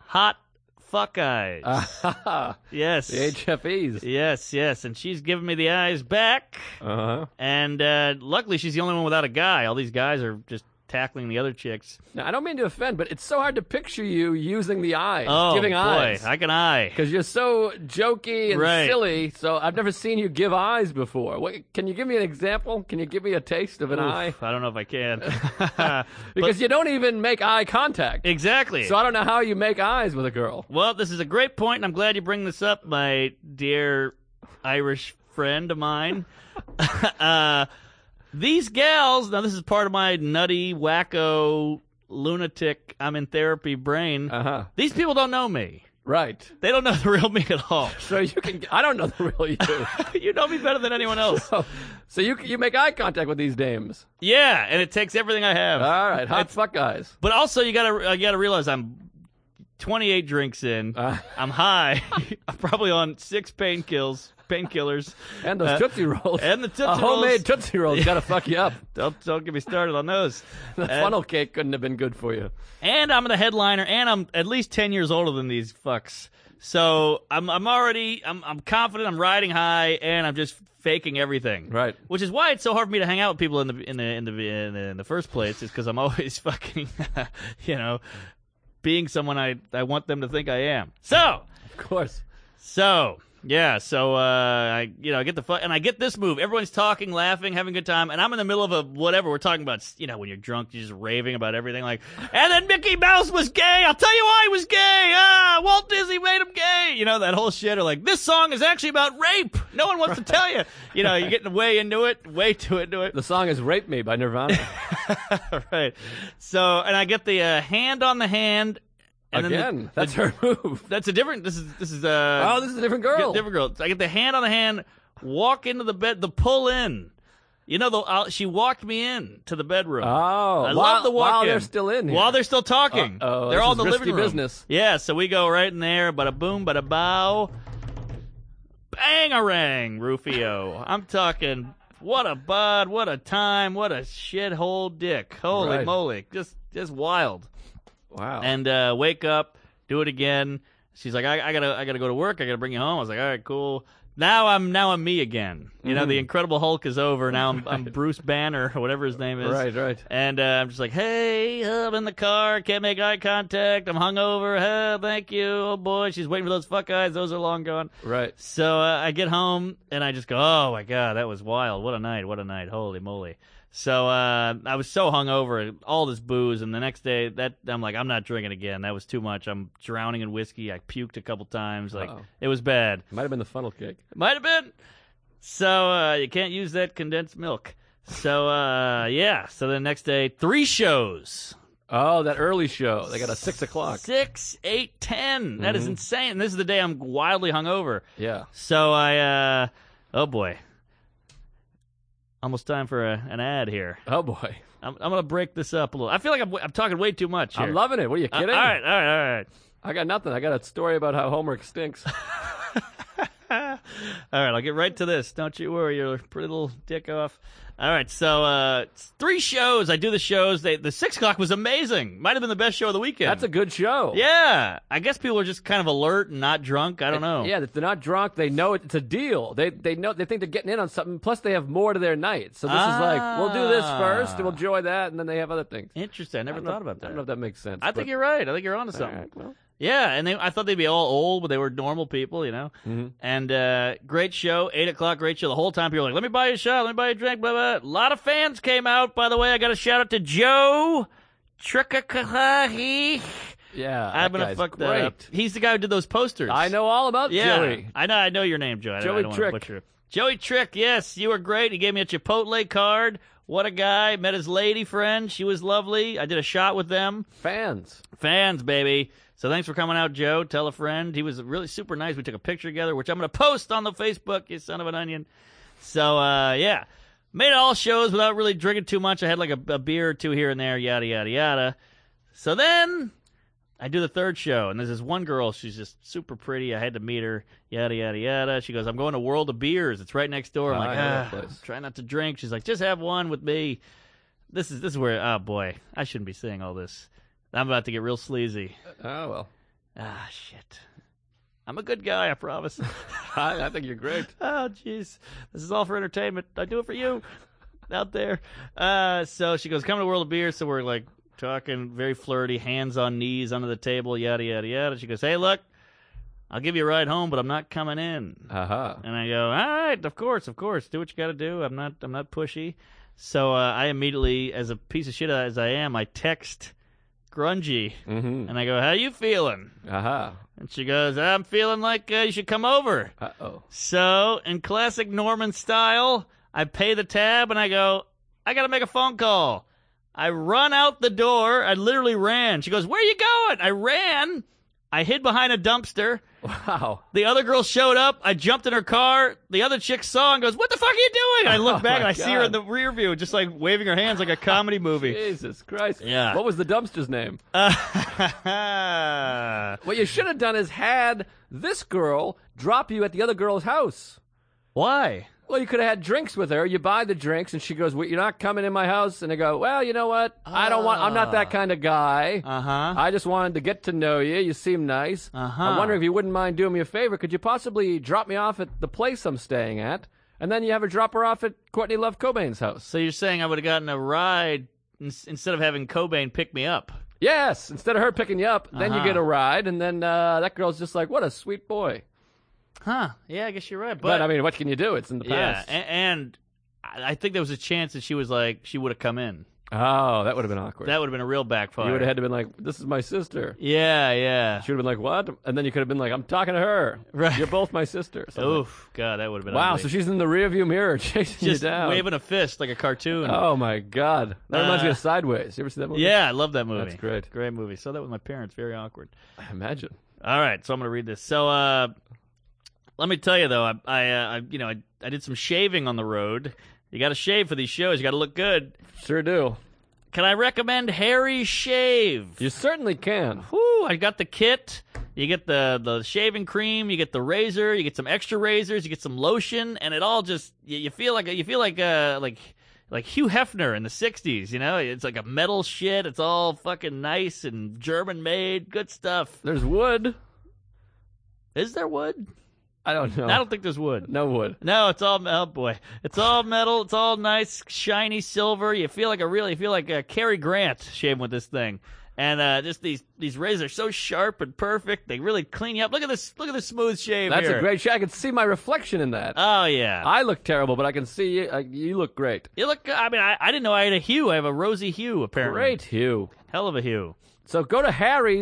Speaker 3: hot fuck eyes.
Speaker 2: Ah,
Speaker 3: yes,
Speaker 2: the HFEs.
Speaker 3: yes, yes. And she's giving me the eyes back.
Speaker 2: Uh huh.
Speaker 3: And uh, luckily, she's the only one without a guy. All these guys are just tackling the other chicks.
Speaker 2: Now, I don't mean to offend, but it's so hard to picture you using the eyes,
Speaker 3: Oh
Speaker 2: giving
Speaker 3: boy,
Speaker 2: eyes.
Speaker 3: I can eye.
Speaker 2: Because you're so jokey and
Speaker 3: Right.
Speaker 2: silly, so I've never seen you give eyes before. What, can you give me an example? Can you give me a taste of an eye?
Speaker 3: Oof, I don't know if I can.
Speaker 2: Because you don't even make eye contact.
Speaker 3: exactly.
Speaker 2: So I don't know how you make eyes with a girl.
Speaker 3: Well, this is a great point, and I'm glad you bring this up, my dear Irish friend of mine. uh, these gals, now this is part of my nutty, wacko, lunatic, I'm in therapy brain.
Speaker 2: Uh huh.
Speaker 3: Uh-huh. These people don't know me.
Speaker 2: Right.
Speaker 3: They don't know the real me at all.
Speaker 2: So you can. I don't know the real you.
Speaker 3: you know me better than anyone else.
Speaker 2: so, so you you make eye contact with these dames.
Speaker 3: Yeah, and it takes everything I have.
Speaker 2: All right, hot fuck eyes.
Speaker 3: But also, you gotta uh, you gotta realize I'm 28 drinks in.
Speaker 2: Uh.
Speaker 3: I'm high. I'm probably on six painkills, painkillers.
Speaker 2: And those
Speaker 3: Uh,
Speaker 2: tootsie rolls.
Speaker 3: and the Tootsie
Speaker 2: a homemade
Speaker 3: Rolls.
Speaker 2: tootsie rolls gotta fuck you up.
Speaker 3: Don't don't get me started on those.
Speaker 2: The funnel cake couldn't have been good for you.
Speaker 3: and I'm the headliner, and I'm at least ten years older than these fucks. So I'm I'm already I'm I'm confident, I'm riding high, and I'm just faking everything.
Speaker 2: Right.
Speaker 3: Which is why it's so hard for me to hang out with people in the in the in the in the, in the first place, is because I'm always fucking, you know, being someone I I want them to think I am. So
Speaker 2: Of course.
Speaker 3: so. Yeah, so uh, I you know I get the fuck and I get this move. Everyone's talking, laughing, having a good time, and I'm in the middle of a whatever we're talking about. You know, when you're drunk, you're just raving about everything. Like, and then Mickey Mouse was gay. I'll tell you why he was gay. Ah, Walt Disney made him gay. You know that whole shit. Or like, this song is actually about rape. No one wants to tell you. You know, you're getting way into it, way too into it.
Speaker 2: The song is Rape Me by Nirvana.
Speaker 3: right. So, and I get the uh, hand on the hand. And Then the-
Speaker 2: Again. That's her move.
Speaker 3: that's a different. This is this is uh.
Speaker 2: Oh, this is a different girl.
Speaker 3: Get different girl. I get the hand on the hand, walk into the bed, the pull in. You know, the, i she walked me in to the bedroom.
Speaker 2: Oh,
Speaker 3: I
Speaker 2: I
Speaker 3: love the walk
Speaker 2: While
Speaker 3: in.
Speaker 2: they're still in here.
Speaker 3: While they're still talking.
Speaker 2: Uh-oh,
Speaker 3: they're
Speaker 2: this
Speaker 3: all
Speaker 2: is
Speaker 3: in the
Speaker 2: risky
Speaker 3: living room.
Speaker 2: business.
Speaker 3: Yeah, so we go right in there, bada boom, bada bow. Bangarang, Rufio. I'm talking, what a bud, what a time, what a shithole dick. Holy
Speaker 2: Right.
Speaker 3: moly. Just, just wild
Speaker 2: wow.
Speaker 3: and uh, wake up, do it again. She's like, I, I gotta, I gotta go to work. I gotta bring you home. I was like, all right, cool. Now I'm, now I'm me again. You know, the
Speaker 2: Mm.
Speaker 3: Incredible Hulk is over. Now I'm, I'm Bruce Banner or whatever his name is.
Speaker 2: right, right.
Speaker 3: And uh, I'm just like, hey, I'm in the car, can't make eye contact, I'm hungover. Huh, thank you. Oh boy, she's waiting for those fuck eyes. Those are long gone.
Speaker 2: Right.
Speaker 3: So uh, I get home and I just go, oh my god, that was wild. What a night. What a night. Holy moly. So uh, I was so hungover, all this booze, and the next day that I'm like, I'm not drinking again. That was too much. I'm drowning in whiskey. I puked a couple times. Like
Speaker 2: Uh-oh.
Speaker 3: it was bad.
Speaker 2: Might have been the funnel cake.
Speaker 3: Might have been. So uh, you can't use that condensed milk. So uh, yeah. So the next day, three shows.
Speaker 2: Oh, that early show. They got a six o'clock.
Speaker 3: Six, eight, ten. That is insane. This is the day I'm wildly hungover.
Speaker 2: Yeah.
Speaker 3: So I, uh, oh boy, almost time for a, an ad here.
Speaker 2: Oh boy.
Speaker 3: I'm, I'm gonna break this up a little. I feel like I'm, I'm talking way too much. Here.
Speaker 2: I'm loving it. What are you
Speaker 3: Uh,
Speaker 2: kidding?
Speaker 3: all right, all right, all right.
Speaker 2: I got nothing. I got a story about how homework stinks.
Speaker 3: All right, I'll get right to this. Don't you worry, your pretty little dick off. All right, so uh, it's three shows. I do the shows. They, the six o'clock was amazing. Might have been the best show of the weekend.
Speaker 2: That's a good show.
Speaker 3: yeah. I guess people are just kind of alert and not drunk. I don't know.
Speaker 2: Yeah, if they're not drunk, they know it, it's a deal. They they know they think they're getting in on something. Plus, they have more to their night. So this is like we'll do this
Speaker 3: Ah.
Speaker 2: first, and we'll enjoy that, and then they have other things.
Speaker 3: interesting. I never
Speaker 2: I don't
Speaker 3: thought
Speaker 2: know,
Speaker 3: about that.
Speaker 2: I don't know if that makes sense.
Speaker 3: I think
Speaker 2: but-
Speaker 3: you're right. I think you're onto something.
Speaker 2: All right, well,
Speaker 3: Yeah, and they, I thought they'd be all old, but they were normal people, you know.
Speaker 2: Mm-hmm.
Speaker 3: And uh, great show, eight o'clock, great show. The whole time people were like, "Let me buy you a shot, let me buy you a drink." Blah blah. A lot of fans came out. By the way, I got a shout out to Joe Tricakahi.
Speaker 2: yeah, that
Speaker 3: I'm gonna
Speaker 2: guy's
Speaker 3: fuck
Speaker 2: great.
Speaker 3: that up. He's the guy who did those posters.
Speaker 2: I know all about
Speaker 3: Yeah,
Speaker 2: Joey.
Speaker 3: I know. I know your name, Joe. I- I
Speaker 2: Joey
Speaker 3: don't wanna
Speaker 2: Trick.
Speaker 3: butcher it. Joey Trick. Yes, you were great. He gave me a Chipotle card. What a guy. Met his lady friend. She was lovely. I did a shot with them
Speaker 2: Fans.
Speaker 3: fans, baby. So thanks for coming out, Joe. Tell a friend. He was really super nice. We took a picture together, which I'm going to post on the Facebook, you son of an onion. So, uh, yeah. Made all shows without really drinking too much. I had like a, a beer or two here and there, yada, yada, yada. So then I do the third show, and there's this one girl. She's just super pretty. I had to meet her, yada, yada, yada. She goes, I'm going to World of Beers. It's right next door. I'm
Speaker 2: Oh,
Speaker 3: like,
Speaker 2: I know that
Speaker 3: ah,
Speaker 2: place."
Speaker 3: try not to drink. She's like, just have one with me. This is this is where oh boy, I shouldn't be saying all this. I'm about to get real sleazy.
Speaker 2: Oh well,
Speaker 3: Ah shit. I'm a good guy, I promise.
Speaker 2: I, I think you're great.
Speaker 3: oh jeez. This is all for entertainment. I do it for you out there. Uh so she goes, Come to World of Beer, so we're like talking very flirty, hands on knees under the table, yada yada yada. She goes, Hey look, I'll give you a ride home, but I'm not coming in.
Speaker 2: Uh huh.
Speaker 3: And I go, all right, of course, of course, do what you got to do. I'm not, I'm not pushy. So uh, I immediately, as a piece of shit as I am, I text Grungy
Speaker 2: Mm-hmm.
Speaker 3: and I go, how you feeling?
Speaker 2: Uh huh.
Speaker 3: And she goes, I'm feeling like uh, you should come over.
Speaker 2: Uh oh.
Speaker 3: So in classic Norman style, I pay the tab and I go, I got to make a phone call. I run out the door. I literally ran. She goes, where you going? I ran. I hid behind a dumpster.
Speaker 2: Wow.
Speaker 3: The other girl showed up. I jumped in her car. The other chick saw and goes, "What the fuck are you doing?" And I look
Speaker 2: Oh,
Speaker 3: back and
Speaker 2: my
Speaker 3: I see her in
Speaker 2: God.
Speaker 3: the rear view, just like waving her hands like a comedy movie.
Speaker 2: Jesus Christ.
Speaker 3: Yeah.
Speaker 2: What was the dumpster's name?
Speaker 3: Uh,
Speaker 2: What you should have done is had this girl drop you at the other girl's house.
Speaker 3: why?
Speaker 2: Well, you could have had drinks with her. You buy the drinks, and she goes, well, "You're not coming in my house." And they go, "Well, you know what? I don't want. I'm not
Speaker 3: Ah.
Speaker 2: that kind of guy.
Speaker 3: Uh huh.
Speaker 2: I just wanted to get to know you. You seem nice.
Speaker 3: Uh-huh.
Speaker 2: I'm wondering if you wouldn't mind doing me a favor. Could you possibly drop me off at the place I'm staying at, and then you have her drop her off at Courtney Love Cobain's house?
Speaker 3: So you're saying I would have gotten a ride in- instead of having Cobain pick me up?
Speaker 2: Yes. Instead of her picking you up, then you
Speaker 3: Uh-huh.
Speaker 2: get a ride, and then uh, that girl's just like, "What a sweet boy."
Speaker 3: Huh? Yeah, I guess you're right.
Speaker 2: But, I mean, what can you do? It's in the
Speaker 3: yeah,
Speaker 2: past.
Speaker 3: and, and I I think there was a chance that she was like she would have come in.
Speaker 2: oh, that would have been awkward.
Speaker 3: That would have been a real backfire.
Speaker 2: you would have had to been like, "This is my sister."
Speaker 3: Yeah, yeah.
Speaker 2: She would have been like, "What?" And then you could have been like, "I'm talking to her.
Speaker 3: Right.
Speaker 2: You're both my sister." or something.
Speaker 3: Oof, God, that would have been
Speaker 2: Wow.
Speaker 3: ugly.
Speaker 2: So she's in the rearview mirror chasing
Speaker 3: just
Speaker 2: you down.
Speaker 3: waving a fist like a cartoon.
Speaker 2: Oh my God. That reminds me
Speaker 3: Uh,
Speaker 2: of Sideways. You ever see that movie?
Speaker 3: Yeah, I love that movie.
Speaker 2: That's great.
Speaker 3: Great movie. Saw that with my parents. Very awkward.
Speaker 2: I imagine.
Speaker 3: All right, so I'm gonna read this. So, uh, let me tell you though, I, I, uh, I you know, I, I did some shaving on the road. You got to shave for these shows. You got to look good.
Speaker 2: Sure do.
Speaker 3: Can I recommend Harry Shave?
Speaker 2: You certainly can.
Speaker 3: Whew, I got the kit. You get the the shaving cream, you get the razor, you get some extra razors, you get some lotion, and it all just you, you feel like a- you feel like uh like like Hugh Hefner in the '60s. You know, it's like a metal shit. It's all fucking nice and German made, good stuff.
Speaker 2: There's wood.
Speaker 3: Is there wood?
Speaker 2: I don't know.
Speaker 3: I don't think there's wood.
Speaker 2: no wood.
Speaker 3: No, it's all oh boy, it's all metal. It's all nice, shiny silver. You feel like a really you feel like a Cary Grant shaving with this thing, and uh, just these these razors are so sharp and perfect. They really clean you up. Look at this, look at this smooth shave.
Speaker 2: That's
Speaker 3: here.
Speaker 2: a great shot. I can see my reflection in that.
Speaker 3: Oh yeah,
Speaker 2: I look terrible, but I can see you. Uh, you look great.
Speaker 3: you look. I mean, I, I didn't know I had a hue. I have a rosy hue apparently.
Speaker 2: Great hue.
Speaker 3: hell of a hue.
Speaker 2: So go to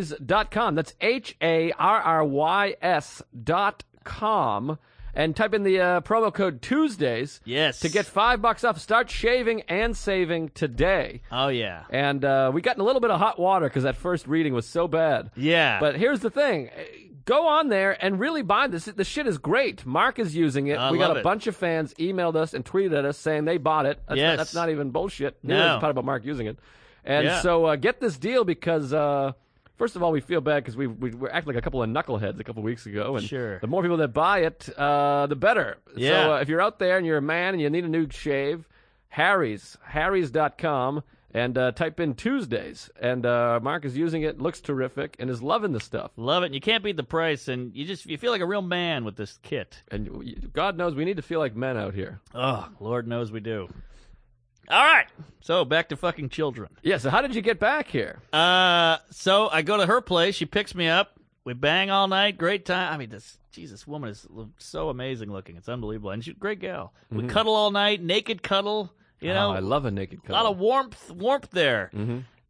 Speaker 2: harrys.com. That's H A R R Y S dot com. And type in the uh, promo code Tuesdays
Speaker 3: Yes.
Speaker 2: to get five bucks off. Start shaving and saving today.
Speaker 3: Oh yeah.
Speaker 2: And uh, we got in a little bit of hot water because that first reading was so bad.
Speaker 3: Yeah.
Speaker 2: But here's the thing. Go on there and really buy this. The shit is great. Mark is using it.
Speaker 3: I
Speaker 2: we got
Speaker 3: love
Speaker 2: a
Speaker 3: it.
Speaker 2: bunch of fans emailed us and tweeted at us saying they bought it. That's, not,
Speaker 3: Yes.
Speaker 2: that's not even bullshit.
Speaker 3: No.
Speaker 2: Neither is the part about Mark using it. And
Speaker 3: Yeah.
Speaker 2: so uh, get this deal because uh, first of all, we feel bad because we, we we act like a couple of knuckleheads a couple weeks ago. And
Speaker 3: Sure.
Speaker 2: the more people that buy it, uh, the better. So
Speaker 3: Yeah.
Speaker 2: uh, if you're out there and you're a man and you need a new shave, Harry's, harrys.com, and uh, type in Tuesdays. And uh, Mark is using it, looks terrific, and is loving the stuff.
Speaker 3: Love it. And you can't beat the price, and you just you feel like a real man with this kit.
Speaker 2: And you- God knows we need to feel like men out here.
Speaker 3: Oh, Lord knows we do. All right. So back to fucking children.
Speaker 2: Yeah, so how did you get back here?
Speaker 3: Uh, so I go to her place. She picks me up. We bang all night. Great time. I mean, this Jesus woman is l- so amazing looking. It's unbelievable, and she's a great gal. We cuddle all night, naked cuddle. You know,
Speaker 2: Mm-hmm. oh, I love Mm-hmm. a naked
Speaker 3: a
Speaker 2: couple.
Speaker 3: lot of warmth, warmth there.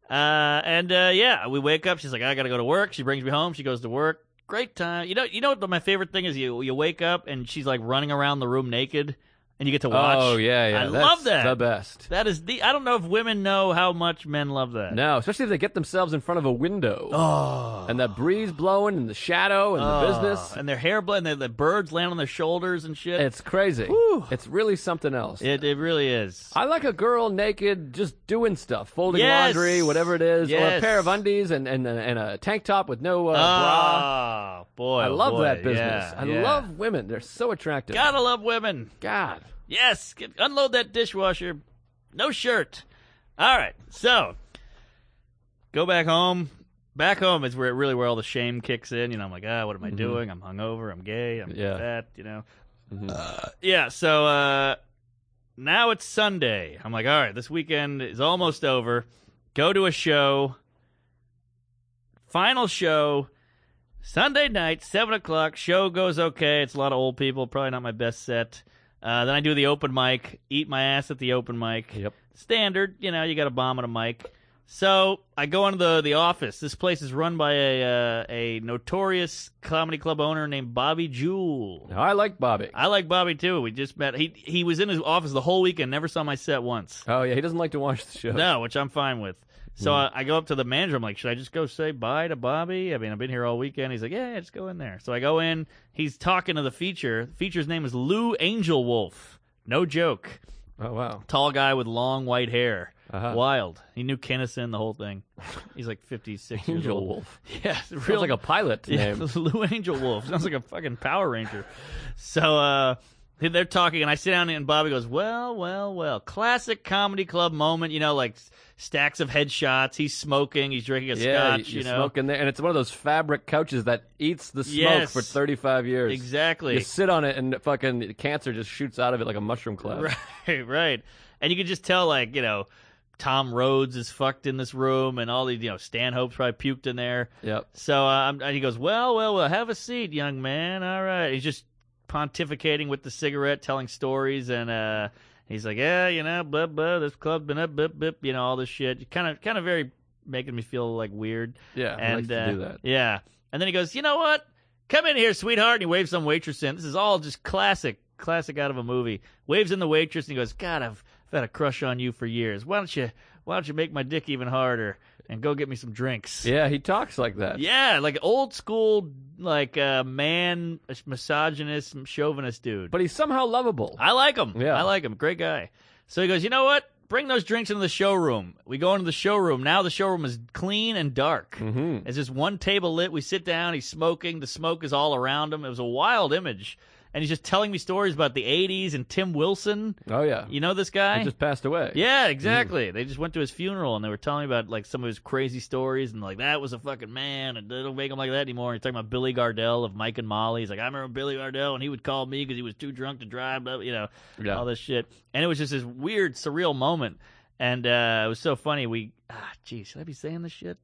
Speaker 3: Uh, and uh, yeah, we wake up. She's like, I gotta go to work. She brings me home. She goes to work. Great time. You know, you know what my favorite thing is? You you wake up and she's like running around the room naked, and you get to watch.
Speaker 2: Oh, yeah, yeah.
Speaker 3: I
Speaker 2: That's
Speaker 3: love that.
Speaker 2: The best.
Speaker 3: That is the. I don't know if women know how much men love that.
Speaker 2: No, especially if they get themselves in front of a window.
Speaker 3: Oh.
Speaker 2: And that breeze blowing and the shadow and the business.
Speaker 3: and their hair blend, and the, the birds land on their shoulders and shit.
Speaker 2: It's crazy.
Speaker 3: Whew.
Speaker 2: It's really something else.
Speaker 3: it, it really is.
Speaker 2: I like a girl naked, just doing stuff, folding
Speaker 3: Yes.
Speaker 2: laundry, whatever it is, or a
Speaker 3: Yes.
Speaker 2: pair of undies and, and, and a tank top with no uh, bra.
Speaker 3: oh boy,
Speaker 2: I
Speaker 3: oh,
Speaker 2: love
Speaker 3: boy.
Speaker 2: that business.
Speaker 3: Yeah,
Speaker 2: I
Speaker 3: yeah.
Speaker 2: love women. They're so attractive.
Speaker 3: Gotta love women.
Speaker 2: God.
Speaker 3: Yes, get, unload that dishwasher. No shirt. All right, so go back home. Back home is where really where all the shame kicks in. You know, I'm like, ah, what am I doing? I'm hungover. I'm gay. I'm
Speaker 2: Mm-hmm. Yeah. Mm-hmm.
Speaker 3: fat. You know. Uh, yeah. So uh, now it's Sunday. I'm like, all right, this weekend is almost over. Go to a show. Final show. Sunday night, seven o'clock. Show goes okay. It's a lot of old people. Probably not my best set. Uh, then I do the open mic. Eat my ass at the open mic.
Speaker 2: Yep.
Speaker 3: Standard. You know, you got to bomb at a mic. So I go into the the office. This place is run by a uh, a notorious comedy club owner named Bobby Jewell.
Speaker 2: Now, I like Bobby.
Speaker 3: I like Bobby too. We just met. He he was in his office the whole weekend. Never saw my set once.
Speaker 2: Oh yeah, he doesn't like to watch the show.
Speaker 3: No, which I'm fine with. So
Speaker 2: Mm.
Speaker 3: I, I go up to the manager. I'm like, should I just go say bye to Bobby? I mean, I've been here all weekend. He's like, yeah, yeah, just go in there. So I go in. He's talking to the feature. The feature's name is Lou Angel Wolf. No joke.
Speaker 2: Oh wow.
Speaker 3: Tall guy with long white hair.
Speaker 2: Uh-huh.
Speaker 3: Wild. He knew Kennison, the whole thing. He's like 56 years
Speaker 2: Angel
Speaker 3: old.
Speaker 2: Wolf.
Speaker 3: Yeah,
Speaker 2: Feels
Speaker 3: real
Speaker 2: like a pilot
Speaker 3: yeah,
Speaker 2: name.
Speaker 3: Lou Angel Wolf. Sounds like a fucking Power Ranger. So uh they're talking and I sit down and Bobby goes, Well, well, well. Classic comedy club moment, you know, like s- stacks of headshots, he's smoking, he's drinking a
Speaker 2: Yeah,
Speaker 3: scotch,
Speaker 2: you,
Speaker 3: you know.
Speaker 2: smoke in there, and it's one of those fabric couches that eats the smoke
Speaker 3: Yes.
Speaker 2: for 35 years.
Speaker 3: Exactly.
Speaker 2: You sit on it, and fucking cancer just shoots out of it like a mushroom cloud.
Speaker 3: Right, right. And you can just tell, like, you know, Tom Rhodes is fucked in this room, and all these, you know, Stanhope's probably puked in there.
Speaker 2: Yep.
Speaker 3: So uh, I'm- and he goes, well, well, well, have a seat, young man. All right. He's just pontificating with the cigarette, telling stories, and uh, he's like, yeah, you know, blah blah. This club's been up, blah, blah, you know, all this shit. Kind of, kind of very making me feel like weird.
Speaker 2: Yeah, he
Speaker 3: and
Speaker 2: likes to
Speaker 3: uh,
Speaker 2: do that.
Speaker 3: yeah. And then he goes, you know what? Come in here, sweetheart. And he waves some waitress in. This is all just classic, classic out of a movie. Waves in the waitress and he goes, God, I've, I've had a crush on you for years. Why don't you, why don't you make my dick even harder and go get me some drinks?
Speaker 2: Yeah, he talks like that.
Speaker 3: Yeah, like old school, like uh, man, misogynist, chauvinist dude.
Speaker 2: But he's somehow lovable.
Speaker 3: I like him.
Speaker 2: Yeah.
Speaker 3: I like him. Great guy. So he goes, you know what? Bring those drinks into the showroom. We go into the showroom. Now the showroom is clean and dark. Mm-hmm. It's just one table lit. We sit down. He's smoking. The smoke is all around him. It was a wild image. And he's just telling me stories about the 80s and Tim Wilson.
Speaker 2: oh yeah.
Speaker 3: You know this guy?
Speaker 2: he just passed away.
Speaker 3: Yeah, exactly. They just went to his funeral and they were telling me about like some of his crazy stories and like that was a fucking man and they don't make him like that anymore. He's talking about Billy Gardell of Mike and Molly. He's like, I remember Billy Gardell and he would call me because he was too drunk to drive. Blah, you know,
Speaker 2: Yeah.
Speaker 3: all this shit. And it was just this weird, surreal moment. And uh, it was so funny. We, ah, geez, should I be saying this shit?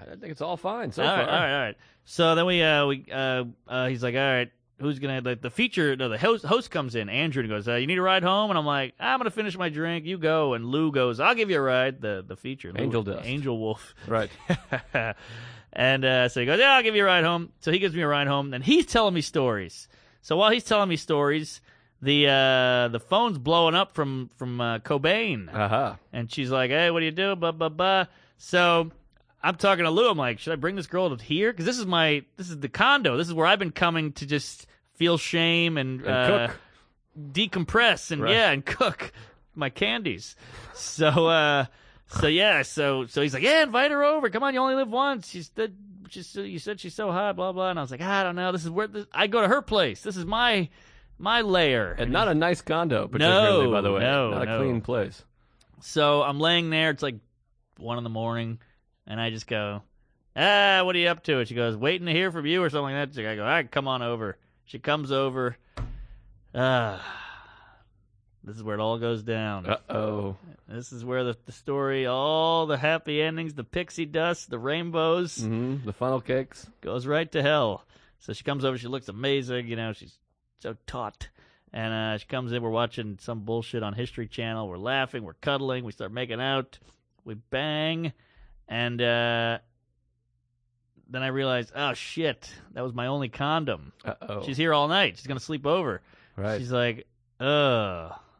Speaker 2: I think it's all fine so
Speaker 3: all right,
Speaker 2: far.
Speaker 3: all right, all right. So then we, uh, we, uh, uh, he's like, all right, who's gonna like the feature? No, the host, host comes in, Andrew, and goes, uh, you need a ride home, and I'm like, I'm gonna finish my drink, you go, and Lou goes, I'll give you a ride. The the feature, Lou-
Speaker 2: Angel dust.
Speaker 3: Angel Wolf,
Speaker 2: Right.
Speaker 3: and uh, so he goes, yeah, I'll give you a ride home. So he gives me a ride home, and he's telling me stories. So while he's telling me stories, the uh, the phone's blowing up from from uh, Cobain.
Speaker 2: Uh huh.
Speaker 3: And she's like, hey, what do you do? Blah, blah, blah. So I'm talking to Lou. I'm like, should I bring this girl to here? Because this is my, this is the condo. This is where I've been coming to just feel shame and, uh,
Speaker 2: cook.
Speaker 3: decompress and
Speaker 2: Right.
Speaker 3: yeah, and cook my candies. So, uh, so yeah, so, so he's like, yeah, invite her over. Come on, you only live once. She's the, she's, so- you said she's so hot, blah, blah. And I was like, I don't know. This is where, this, I go to her place. This is my, my lair.
Speaker 2: And not a nice condo, particularly
Speaker 3: No,
Speaker 2: by the way.
Speaker 3: no,
Speaker 2: not a
Speaker 3: no.
Speaker 2: clean place.
Speaker 3: So I'm laying there. It's like one in the morning, and I just go, "Ah, what are you up to?" And she goes, "Waiting to hear from you or something like that." So I go, "All right, come on over." She comes over. Ah, this is where it all goes down.
Speaker 2: Uh oh.
Speaker 3: This is where the, the story, all the happy endings, the pixie dust, the rainbows,
Speaker 2: hmm The funnel cakes.
Speaker 3: goes right to hell. So she comes over. She looks amazing. You know, she's so taut. And uh, she comes in. We're watching some bullshit on History Channel. We're laughing. We're cuddling. We start making out. We bang. And uh, then I realize, oh, shit, that was my only condom.
Speaker 2: Uh oh.
Speaker 3: She's here all night. She's going to sleep over.
Speaker 2: Right.
Speaker 3: She's like, "Uh,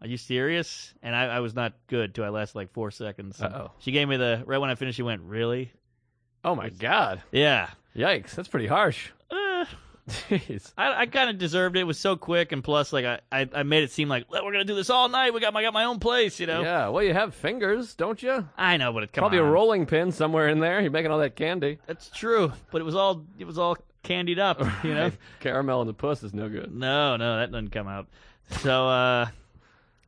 Speaker 3: are you serious?" And I, I was not good till I lasted like four seconds.
Speaker 2: Uh-oh.
Speaker 3: She gave me the right when I finished. She went, "Really?"
Speaker 2: oh my god.
Speaker 3: Yeah.
Speaker 2: Yikes. That's pretty harsh.
Speaker 3: Uh,
Speaker 2: Jeez.
Speaker 3: I, I kind of deserved it. It was so quick, and plus, like I, I, I made it seem like "Look, we're gonna do this all night. We got, my- I got my own place, you know.
Speaker 2: Yeah. Well, you have fingers, don't you?
Speaker 3: I know, but it come
Speaker 2: Probably
Speaker 3: on.
Speaker 2: a rolling pin somewhere in there. You're making all that candy.
Speaker 3: That's true, but it was all, it was all candied up, you know.
Speaker 2: Caramel and the puss is no good.
Speaker 3: No, no, that doesn't come out. So, uh,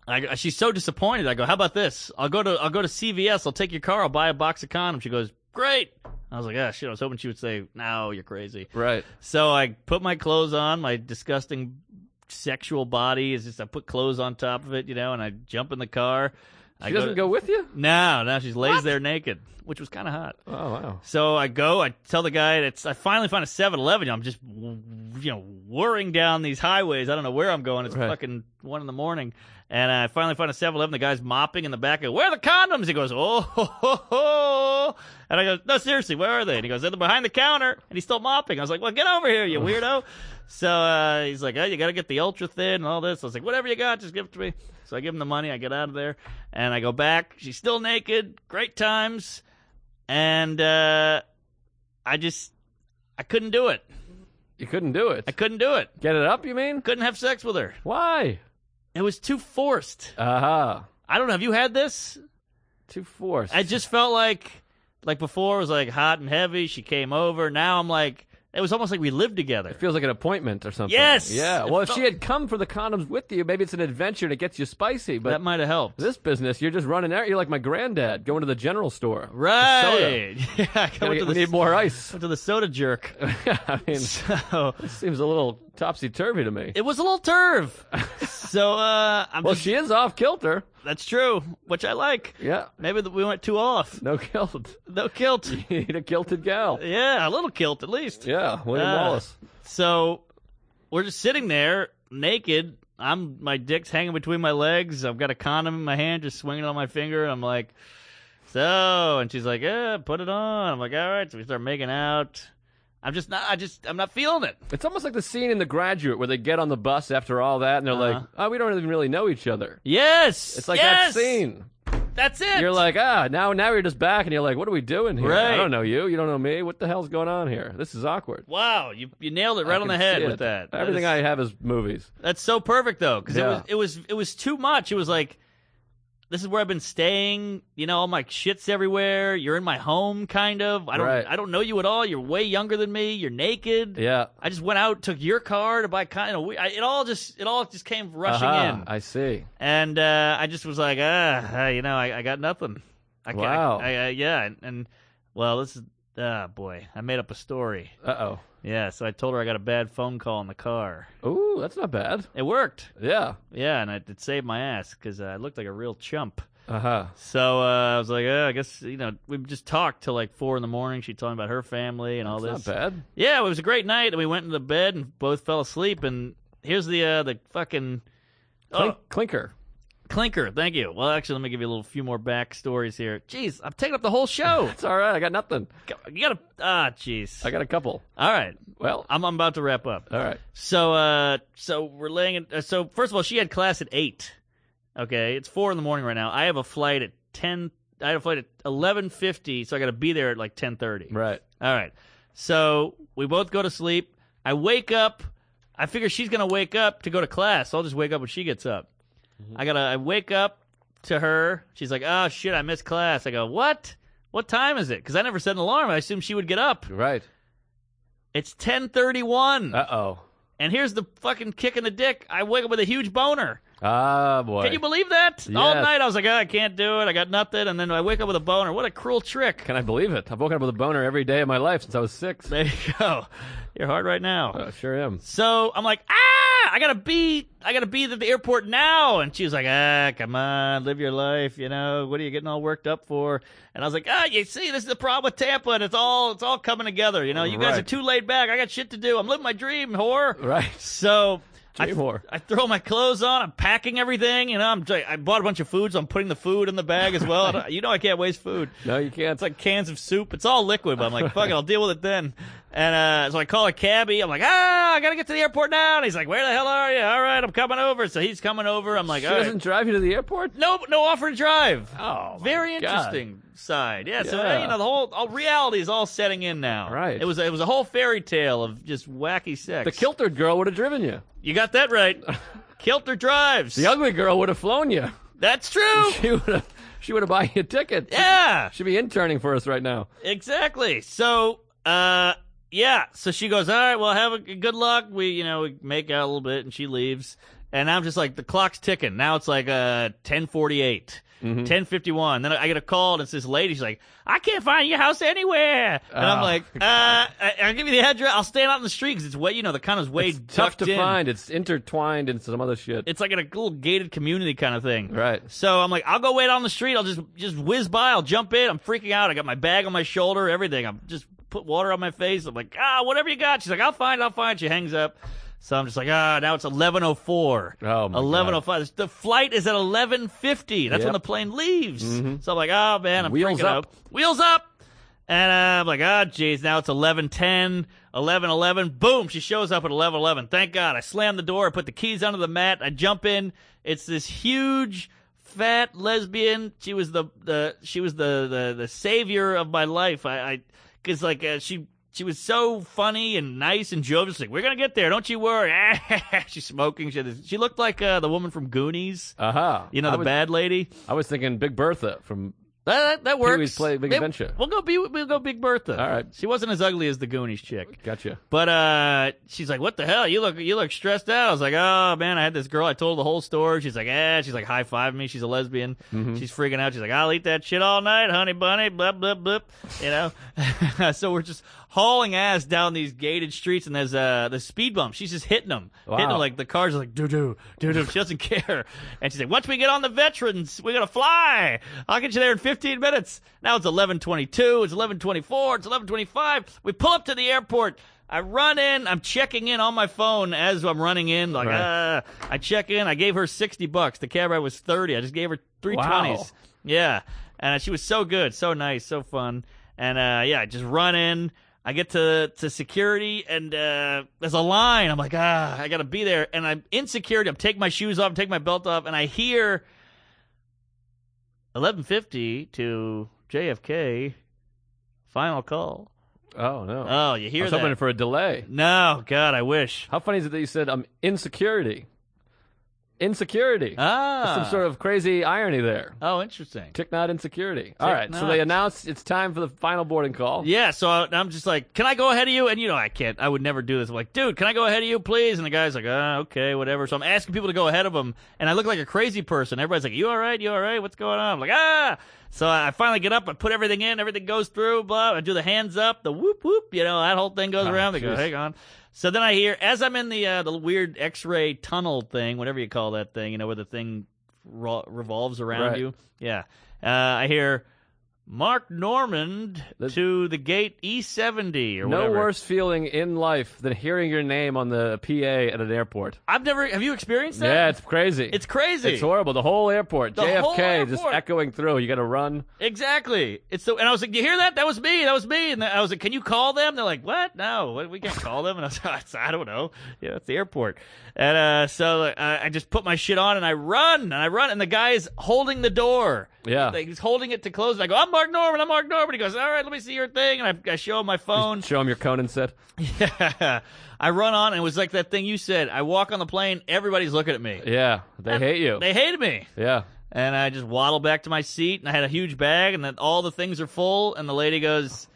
Speaker 3: I, she's so disappointed. I go, how about this? I'll go to, I'll go to CVS. I'll take your car. I'll buy a box of condoms. She goes, great. I was like, ah, shit. I was hoping she would say, no, you're crazy.
Speaker 2: Right.
Speaker 3: So I put my clothes on, my disgusting sexual body is just I put clothes on top of it, you know, and I jump in the car. I
Speaker 2: She doesn't
Speaker 3: to-
Speaker 2: go with you?
Speaker 3: No, no, she lays there naked, which was kind of hot.
Speaker 2: Oh wow.
Speaker 3: So I go, I tell the guy that's I finally find a 7-Eleven. I'm just you know whirring down these highways. I don't know where I'm going. It's
Speaker 2: Right.
Speaker 3: fucking one in the morning. And I finally find a 7 Eleven. The guy's mopping in the back. I go, where are the condoms? He goes, oh, ho, ho, ho. And I go, no, seriously, where are they? And he goes, they're behind the counter. And he's still mopping. I was like, well, get over here, you weirdo. so uh, he's like, oh, you got to get the ultra thin and all this. I was like, whatever you got, just give it to me. So I give him the money. I get out of there. And I go back. She's still naked. Great times. And uh, I just, I couldn't do it.
Speaker 2: You couldn't do it.
Speaker 3: I couldn't do it.
Speaker 2: Get it up, you mean?
Speaker 3: Couldn't have sex with her.
Speaker 2: Why?
Speaker 3: It was too forced.
Speaker 2: Uh huh.
Speaker 3: I don't know. Have you had this?
Speaker 2: Too forced.
Speaker 3: I just felt like, like before, it was like hot and heavy. She came over. Now I'm like, it was almost like we lived together.
Speaker 2: It feels like an appointment or something.
Speaker 3: Yes!
Speaker 2: Yeah.
Speaker 3: It
Speaker 2: Well, if
Speaker 3: felt-
Speaker 2: she had come for the condoms with you, maybe it's an adventure that gets you spicy. But
Speaker 3: that might have helped.
Speaker 2: this business, you're just running out. You're like my granddad going to the general store.
Speaker 3: right. Yeah,
Speaker 2: Gotta
Speaker 3: I went to
Speaker 2: get- we
Speaker 3: the,
Speaker 2: need more ice.
Speaker 3: went to the soda jerk.
Speaker 2: I mean,
Speaker 3: so
Speaker 2: seems a little topsy turvy to me.
Speaker 3: it was a little turf. so uh, I'm
Speaker 2: Well,
Speaker 3: just,
Speaker 2: she is off kilter.
Speaker 3: that's true, which I like.
Speaker 2: Yeah.
Speaker 3: Maybe that we went too off.
Speaker 2: No kilt.
Speaker 3: No kilt.
Speaker 2: You need a kilted gal.
Speaker 3: yeah, a little kilt at least.
Speaker 2: Yeah. William
Speaker 3: Ah.
Speaker 2: Wallace.
Speaker 3: So we're just sitting there naked. I'm my dick's hanging between my legs. I've got a condom in my hand, just swinging on my finger. I'm like, so, and she's like, yeah, put it on. I'm like, all right. So we start making out. I'm just not. I just. I'm not feeling it.
Speaker 2: It's almost like the scene in The Graduate where they get on the bus after all that and they're like,
Speaker 3: Uh-huh.
Speaker 2: oh, we don't even really know each other.
Speaker 3: Yes.
Speaker 2: It's like
Speaker 3: yes!
Speaker 2: that scene.
Speaker 3: That's it.
Speaker 2: You're like, ah, now now you're just back, and you're like, what are we doing here? I
Speaker 3: Right.
Speaker 2: don't know you. You don't know me. What the hell's going on here? This is awkward.
Speaker 3: wow. You you nailed it right
Speaker 2: I can
Speaker 3: on the head
Speaker 2: see
Speaker 3: with
Speaker 2: it.
Speaker 3: that. That
Speaker 2: Everything
Speaker 3: is-
Speaker 2: I have is movies.
Speaker 3: That's so perfect though, because
Speaker 2: Yeah.
Speaker 3: it was it was it was too much. It was like, this is where I've been staying. You know, all my shits everywhere. You're in my home, kind of. I don't
Speaker 2: Right.
Speaker 3: I don't know you at all. You're way younger than me. You're nakid.
Speaker 2: Yeah.
Speaker 3: I just went out, took your car to buy kind of. I, it all just it all just came rushing
Speaker 2: Aha,
Speaker 3: in,
Speaker 2: Uh-huh. I see.
Speaker 3: and uh, I just was like, ah, uh, you know, I, I got nothing. I can't,
Speaker 2: Wow.
Speaker 3: I, I, yeah, and, and well, this is ah boy, I made up a story.
Speaker 2: Uh
Speaker 3: Yeah, so I told her I got a bad phone call in the car.
Speaker 2: oh. Ooh, that's not bad.
Speaker 3: It worked.
Speaker 2: Yeah.
Speaker 3: Yeah, and it, it saved my ass because I looked like a real chump.
Speaker 2: Uh huh.
Speaker 3: So uh, I was like, uh, I guess you know we just talked till like four in the morning. She told me about her family and all
Speaker 2: That's
Speaker 3: this.
Speaker 2: not bad.
Speaker 3: Yeah, it was a great night, and we went into bed and both fell asleep. And here's the uh, the fucking
Speaker 2: Clink,
Speaker 3: oh,
Speaker 2: Clinker.
Speaker 3: clinker. Thank you. Well, actually, let me give you a little few more back stories here. Jeez, I'm taking up the whole show.
Speaker 2: It's all right. I got nothing.
Speaker 3: you gotta ah, jeez.
Speaker 2: I got a couple.
Speaker 3: All right,
Speaker 2: Well,
Speaker 3: I'm I'm about to wrap up.
Speaker 2: all right.
Speaker 3: So, uh, so we're laying. In, uh, so first of all, she had class at eight. Okay, it's four in the morning right now. I have a flight at ten. I have a flight at eleven fifty, so I got to be there at like ten thirty.
Speaker 2: Right.
Speaker 3: All right. So we both go to sleep. I wake up. I figure she's gonna wake up to go to class. So I'll just wake up when she gets up. I gotta. I wake up to her. She's like, "Oh shit, I missed class." I go, "What? What time is it?" Because I never set an alarm. I assumed she would get up.
Speaker 2: Right.
Speaker 3: It's ten thirty one.
Speaker 2: Uh oh.
Speaker 3: And here's the fucking kick in the dick. I wake up with a huge boner.
Speaker 2: Ah boy.
Speaker 3: Can you believe that? All
Speaker 2: Yes.
Speaker 3: night I was like, oh, I can't do it. I got nothing. And then I wake up with a boner. What a cruel trick.
Speaker 2: Can I believe it? I've woken up with a boner every day of my life since I was six.
Speaker 3: There you go. You're hard right now.
Speaker 2: I sure am.
Speaker 3: So I'm like, ah, I gotta be, I gotta be at the airport now. And she was like, ah, come on, live your life. You know, what are you getting all worked up for? And I was like, ah, you see, this is the problem with Tampa, and it's all, it's all coming together. You know, you guys
Speaker 2: Right.
Speaker 3: are too laid back. I got shit to do. I'm living my dream, whore.
Speaker 2: Right.
Speaker 3: So I,
Speaker 2: Dream whore.
Speaker 3: I throw my clothes on. I'm packing everything. You know, I'm I bought a bunch of food, so I'm putting the food in the bag as well. uh, You know, I can't waste food.
Speaker 2: No, you can't.
Speaker 3: It's like cans of soup. It's all liquid, but I'm like, fuck it, I'll deal with it then. And uh, so I call a cabbie. I'm like, ah, I gotta get to the airport now. And he's like, where the hell are you? All right, I'm coming over. So he's coming over. I'm like,
Speaker 2: she
Speaker 3: all right.
Speaker 2: doesn't drive you to the airport.
Speaker 3: no, no offer to drive.
Speaker 2: Oh, my
Speaker 3: very
Speaker 2: God.
Speaker 3: interesting side. Yeah, so
Speaker 2: Yeah.
Speaker 3: uh, you know the whole all, reality is all setting in now.
Speaker 2: Right.
Speaker 3: It was it was a whole fairy tale of just wacky sex.
Speaker 2: The kiltered girl would have driven you.
Speaker 3: You got that right. Kilter drives.
Speaker 2: The ugly girl would have flown you.
Speaker 3: That's true.
Speaker 2: She would have. She would have bought you a ticket.
Speaker 3: Yeah,
Speaker 2: She'd be interning for us right now.
Speaker 3: exactly. So, uh, yeah. So she goes, all right. Well, have a good luck. We, you know, we make out a little bit, and she leaves. And I'm just like, the clock's ticking. Now it's like uh, 10:48.
Speaker 2: Mm-hmm.
Speaker 3: 10:51. Then I I get a call, and it's this lady. She's like, "I can't find your house anywhere." And I'm
Speaker 2: Oh,
Speaker 3: like, uh, I- "I'll give you the address. I'll stand out in the street because it's way, you know, the condo's way
Speaker 2: It's tough
Speaker 3: tucked
Speaker 2: to
Speaker 3: in.
Speaker 2: find. It's intertwined into some other shit.
Speaker 3: It's like in a little gated community kind of thing,
Speaker 2: right.
Speaker 3: So I'm like, I'll go wait on the street. I'll just just whiz by. I'll jump in. I'm freaking out. I got my bag on my shoulder, everything. I'm just put water on my face. I'm like, ah, whatever you got. She's like, I'll find. it, I'll find. it." She hangs up. So I'm just like, ah, now it's 1104.
Speaker 2: Oh, my God.
Speaker 3: 1105. The flight is at 1150. That's
Speaker 2: Yep. Mm-hmm.
Speaker 3: when the plane leaves. So I'm like, oh, man, I'm
Speaker 2: Wheels
Speaker 3: freaking
Speaker 2: up.
Speaker 3: out. Wheels up. And uh, I'm like, ah, jeez, now it's 1110, 1111. Boom, she shows up at 1111. Thank God. I slam the door. I put the keys under the mat. I jump in. It's this huge, fat lesbian. She was the, the she was the, the, the savior of my life. I, I cause like, uh, she, she was so funny and nice and jovial. She's like, we're going to get there. Don't you worry. She's smoking. She, had this- she looked like uh, the woman from Goonies.
Speaker 2: Uh huh.
Speaker 3: You know,
Speaker 2: I
Speaker 3: the
Speaker 2: was,
Speaker 3: bad lady.
Speaker 2: I was thinking Big Bertha from.
Speaker 3: That, that, that works.
Speaker 2: Pee-wee's Play Big
Speaker 3: Maybe-
Speaker 2: Adventure.
Speaker 3: We'll go. Be, we'll go Big Bertha.
Speaker 2: All right.
Speaker 3: She wasn't as ugly as the Goonies chick.
Speaker 2: Gotcha.
Speaker 3: But uh, she's like, "What the hell? You look, you look stressed out." I was like, "Oh man, I had this girl. I told her the whole story." She's like, "Eh." She's like, "High five me." She's a lesbian.
Speaker 2: Mm-hmm.
Speaker 3: She's freaking out. She's like, "I'll eat that shit all night, honey bunny." Blah blah blah. You know. so we're just hauling ass down these gated streets, and there's uh the speed bump. She's just hitting them, hitting
Speaker 2: Wow.
Speaker 3: them like the cars are like doo doo doo doo. She doesn't care. And she's like, "Once we get on the veterans, we're gonna fly. I'll get you there in 15 minutes." Now it's 11:22. It's 11:24. It's 11:25. We pull up to the airport. I run in. I'm checking in on my phone as I'm running in. Like,
Speaker 2: Right.
Speaker 3: uh, I check in. I gave her 60 bucks. The cab ride was 30. I just gave her three
Speaker 2: Wow.
Speaker 3: twenties. Yeah, and uh, she was so good, so nice, so fun. And uh, yeah, I just run in. I get to to security, and uh, there's a line. I'm like, ah, I gotta be there. And I'm in security. I'm taking my shoes off, I'm taking my belt off, and I hear 11:50 to JFK. Final call.
Speaker 2: Oh no.
Speaker 3: Oh, you
Speaker 2: I
Speaker 3: hear
Speaker 2: was
Speaker 3: that?
Speaker 2: hoping for a delay.
Speaker 3: no, God, I wish.
Speaker 2: How funny is it that you said um, insecurity? Insecurity.
Speaker 3: Ah,
Speaker 2: Some sort of crazy irony there.
Speaker 3: Oh, interesting.
Speaker 2: Tick not insecurity. All right. So
Speaker 3: not.
Speaker 2: they announced it's time for the final boarding call.
Speaker 3: Yeah, so I, I'm just like, can I go ahead of you? And you know, I can't. I would never do this. I'm like, dude, can I go ahead of you, please? And the guy's like, ah, okay, whatever. So I'm asking people to go ahead of him, and I look like a crazy person. Everybody's like, you all right? You all right? What's going on? I'm like, ah. So I finally get up. I put everything in. Everything goes through. Blah. I do the hands up, the whoop whoop. You know, that whole thing goes around. They go,
Speaker 2: Oh, jeez.
Speaker 3: hang on. So then I hear, as I'm in the uh, the weird X-ray tunnel thing, whatever you call that thing, you know, where the thing ro- revolves around
Speaker 2: Right.
Speaker 3: you. Yeah. Uh, I hear. Mark Normand
Speaker 2: That's-
Speaker 3: to the gate E70 or
Speaker 2: No
Speaker 3: whatever.
Speaker 2: worse feeling in life than hearing your name on the PA at an airport.
Speaker 3: I've never. Have you experienced that?
Speaker 2: Yeah, it's crazy.
Speaker 3: It's crazy.
Speaker 2: It's horrible. The whole airport,
Speaker 3: The
Speaker 2: JFK,
Speaker 3: whole
Speaker 2: just
Speaker 3: airport.
Speaker 2: echoing through. You got to run.
Speaker 3: exactly. It's so. And I was like, "You hear that? That was me. That was me." And I was like, "Can you call them?" They're like, "What? No, what- we can't call them." And I was like, "I don't know. Yeah, it's the airport." And uh, so uh, I just put my shit on and I run and I run and the guy is holding the door.
Speaker 2: Yeah.
Speaker 3: Like, he's holding it to close. And I go, "I'm Mark Norman. I'm Mark Norman." He goes, "All right, let me see your thing." And I, I show him my phone.
Speaker 2: Show him your Conan set.
Speaker 3: Yeah. I run on, and it was like that thing you said. I walk on the plane, everybody's looking at me.
Speaker 2: Yeah, they hate you.
Speaker 3: They hated me.
Speaker 2: yeah.
Speaker 3: And I just waddle back to my seat, and I had a huge bag, and then all the things are full. And the lady goes,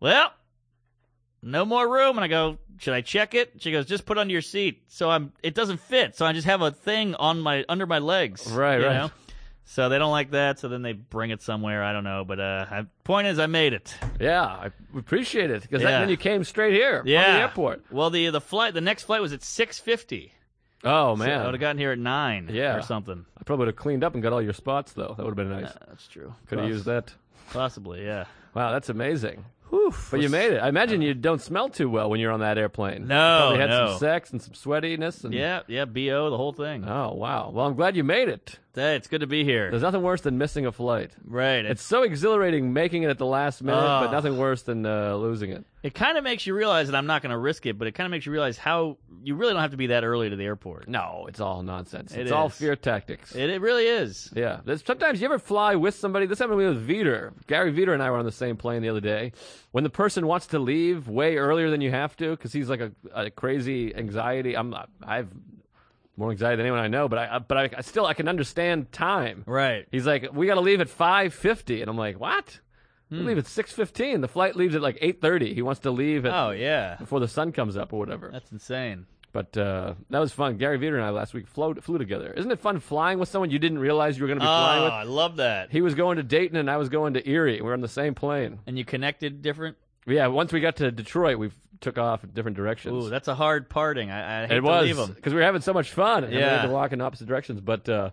Speaker 3: Well, no more room. And I go, Should I check it? She goes, Just put it under your seat. So I'm, it doesn't fit. So I just have a thing on my, under my legs.
Speaker 2: Right,
Speaker 3: you
Speaker 2: right.
Speaker 3: know? So they don't like that. So then they bring it somewhere. I don't know. But uh, I- point is, I made it.
Speaker 2: Yeah, I appreciate it because
Speaker 3: Yeah.
Speaker 2: then you came straight here
Speaker 3: Yeah.
Speaker 2: from the airport.
Speaker 3: Well, the the flight, the next flight was at six fifty.
Speaker 2: Oh
Speaker 3: So I would
Speaker 2: man,
Speaker 3: have gotten here at nine
Speaker 2: Yeah.
Speaker 3: or something.
Speaker 2: I probably would have cleaned up and got all your spots though. That would have been nice.
Speaker 3: Uh, That's true.
Speaker 2: Could have used that.
Speaker 3: Possibly, yeah.
Speaker 2: Wow, that's amazing. But you made it. I imagine you don't smell too well when you're on that airplane.
Speaker 3: Uh. No,
Speaker 2: probably had
Speaker 3: no.
Speaker 2: some sex and some sweatiness. And...
Speaker 3: Yeah, yeah, BO, the whole thing.
Speaker 2: Oh wow. Well, I'm glad you made it.
Speaker 3: Hey, it's good to be here.
Speaker 2: There's nothing worse than missing a flight.
Speaker 3: right.
Speaker 2: It's
Speaker 3: It's,
Speaker 2: so exhilarating making it at the last minute,
Speaker 3: Ah.
Speaker 2: but nothing worse than uh, losing it.
Speaker 3: it kind of makes you realize that I'm not going to risk it, but it kind of makes you realize how you really don't have to be that early to the airport.
Speaker 2: No, it's all nonsense.
Speaker 3: It
Speaker 2: it's all
Speaker 3: is.
Speaker 2: fear tactics.
Speaker 3: It, it really is.
Speaker 2: Yeah. There's, sometimes you ever fly with somebody. This happened to me with Veter. Gary Veter and I were on the same plane the other day. When the person wants to leave way earlier than you have to, because he's like a, a crazy anxiety. I'm not. I've more anxiety than anyone I know, but I I- but I, I still I can understand time.
Speaker 3: Right.
Speaker 2: He's like, we got to leave at five fifty, and I'm like, what?
Speaker 3: Hmm.
Speaker 2: We leave at six fifteen. The flight leaves at like eight thirty. He wants to leave at,
Speaker 3: Oh, yeah.
Speaker 2: before the sun comes up or whatever.
Speaker 3: That's insane.
Speaker 2: But uh, that was fun. Gary Veter and I last week flew, flew together. Isn't it fun flying with someone you didn't realize you were going to
Speaker 3: Oh,
Speaker 2: be flying with?
Speaker 3: I love that.
Speaker 2: He was going to Dayton and I was going to Erie. We were on the same plane.
Speaker 3: And you connected different?
Speaker 2: Yeah, once we got to Detroit, we took off in different directions.
Speaker 3: Ooh, that's a hard parting. I, I hate
Speaker 2: it
Speaker 3: to leave
Speaker 2: was
Speaker 3: 'em.
Speaker 2: because we were having so much fun. And we
Speaker 3: Yeah.
Speaker 2: had to walk in opposite directions. But uh,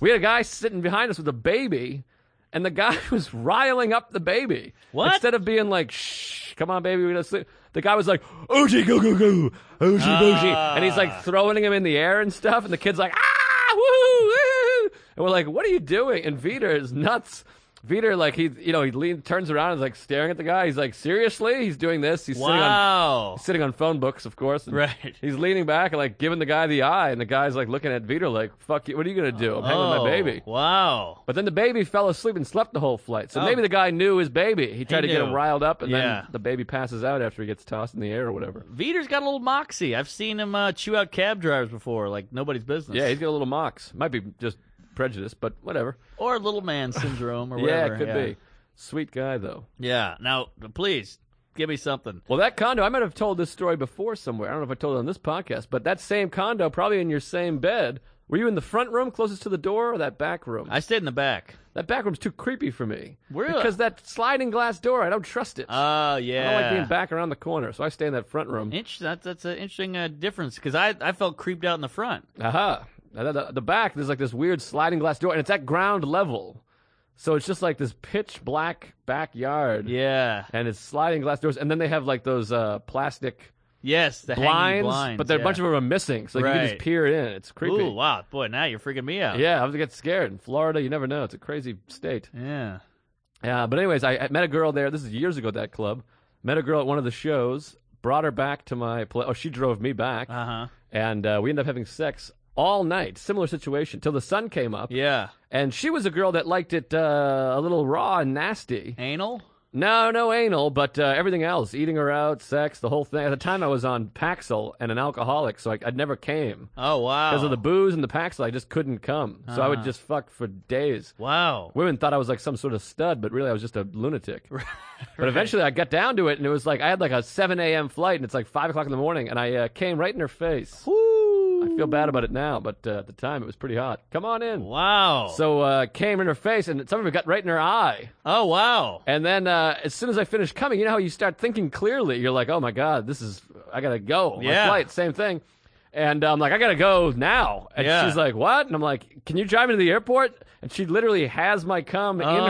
Speaker 2: we had a guy sitting behind us with a baby, and the guy was riling up the baby.
Speaker 3: What?
Speaker 2: Instead of being like, "Shh, come on, baby, we gotta sleep." The guy was like, "Oogie goo goo goo, oogie boogie," and he's like throwing him in the air and stuff. And the kid's like, "Ah, woo, woo!" And we're like, "What are you doing?" And Viter is nuts. Viter, like he, you know, he leans, turns around, and is like staring at the guy. He's like, "Seriously?" He's doing this. He's sitting on
Speaker 3: Wow.
Speaker 2: sitting on phone books, of course. and
Speaker 3: Right.
Speaker 2: He's leaning back and like giving the guy the eye, and the guy's like looking at Vito like, "Fuck you! What are you gonna do? I'm hanging with
Speaker 3: Oh,
Speaker 2: my baby."
Speaker 3: Wow.
Speaker 2: But then the baby fell asleep and slept the whole flight. So maybe the guy knew his baby. He tried to get
Speaker 3: Oh. knew.
Speaker 2: him riled up, and
Speaker 3: Yeah.
Speaker 2: then the baby passes out after he gets tossed in the air or whatever.
Speaker 3: Veter's got a little moxie. I've seen him uh, chew out cab drivers before, like nobody's business.
Speaker 2: Yeah, he's got a little mox. Might be just prejudice, but whatever.
Speaker 3: or little man syndrome, or
Speaker 2: yeah,
Speaker 3: whatever.
Speaker 2: it could be. Sweet guy though.
Speaker 3: Yeah. Now, please give me something.
Speaker 2: Well, that condo, I might have told this story before somewhere. I don't know if I told it on this podcast, but that same condo, probably in your same bed. Were you in the front room closest to the door or that back room?
Speaker 3: I stayed in the back.
Speaker 2: That back room's too creepy for me.
Speaker 3: Really?
Speaker 2: Because that sliding glass door, I don't trust it.
Speaker 3: Oh yeah.
Speaker 2: I don't like being back around the corner, so I stay in that front room.
Speaker 3: Inch, that's that's an interesting uh, difference because I I felt creeped out in the front.
Speaker 2: Aha. Now, The, the back, there's like this weird sliding glass door, and it's at ground level. So it's just like this pitch black backyard.
Speaker 3: Yeah.
Speaker 2: And it's sliding glass doors, and then they have like those uh, plastic
Speaker 3: Yes. The hanging
Speaker 2: blinds,
Speaker 3: blinds
Speaker 2: but there
Speaker 3: yeah.
Speaker 2: a bunch of them are missing, so you can
Speaker 3: Right.
Speaker 2: just peer in. It's creepy.
Speaker 3: Ooh, wow, boy, now you're freaking me out.
Speaker 2: Yeah, I was get scared. In Florida, you never know. It's a crazy state.
Speaker 3: Yeah.
Speaker 2: Yeah, Uh, but anyways, I, I met a girl there. This is years ago at that club. Met a girl at one of the shows. Brought her back to my place. Oh, she drove me back,
Speaker 3: Uh huh.
Speaker 2: and uh, we ended up having sex all night. Similar situation till the sun came up.
Speaker 3: Yeah.
Speaker 2: And she was a girl that liked it uh, a little raw and nasty.
Speaker 3: Anal.
Speaker 2: No, no anal, but uh, everything else, eating her out, sex, the whole thing. At the time, I was on Paxil and an alcoholic, so I, I never came
Speaker 3: Oh Uh-huh. wow.
Speaker 2: because of the booze and the Paxil. I just couldn't come, so I would just fuck for days.
Speaker 3: wow.
Speaker 2: Women thought I was like some sort of stud, but really I was just a lunatic. But eventually I got down to it, and it was like I had like a 7 a.m. flight, and it's like 5 o'clock in the morning, and I uh, came right in her face. I feel bad about it now, but uh, at the time it was pretty hot. Come on in.
Speaker 3: Wow.
Speaker 2: So uh, came in her face, and some of it got right in her eye.
Speaker 3: oh wow.
Speaker 2: And then uh, as soon as I finished coming, you know how you start thinking clearly. You're like, oh my god, this is I gotta go. My
Speaker 3: Yeah.
Speaker 2: flight, same thing. And uh, I'm like, I gotta go now. And
Speaker 3: Yeah.
Speaker 2: she's like, what? And I'm like, can you drive me to the airport? And she literally has my cum in her
Speaker 3: Oh,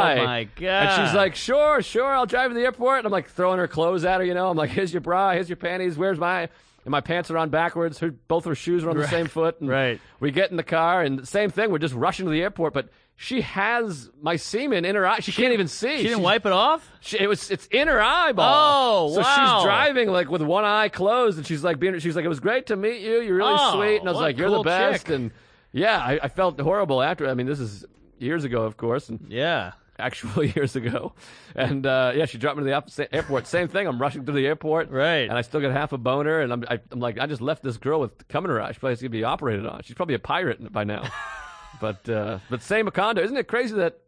Speaker 2: eye.
Speaker 3: my God.
Speaker 2: And she's like, sure, sure, I'll drive you to the airport. And I'm like throwing her clothes at her. You know, I'm like, here's your bra, here's your panties, where's my and my pants are on backwards. Her, both her shoes are on the same foot. And
Speaker 3: Right.
Speaker 2: we get in the car, and same thing. We're just rushing to the airport, but she has my semen in her eye. She, can't even see.
Speaker 3: She didn't wipe it off.
Speaker 2: She, it was. It's in her eyeball.
Speaker 3: Oh,
Speaker 2: so
Speaker 3: wow.
Speaker 2: she's driving like with one eye closed, and she's like being. She's like, "It was great to meet you. You're really
Speaker 3: Oh,
Speaker 2: sweet." And I was
Speaker 3: what a
Speaker 2: like, "You're
Speaker 3: cool
Speaker 2: the best."
Speaker 3: chick.
Speaker 2: And yeah, I, I felt horrible after. I mean, this is years ago, of course, and
Speaker 3: Yeah.
Speaker 2: actual years ago. And uh, yeah, she dropped me to the op- sa- airport. Same thing. I'm rushing to the airport,
Speaker 3: Right.
Speaker 2: And I still got half a boner, and I'm I, I'm like, I just left this girl with cum in her eye. She probably has to be operated on. She's probably a pirate by now. but uh, but same condo. Isn't it crazy that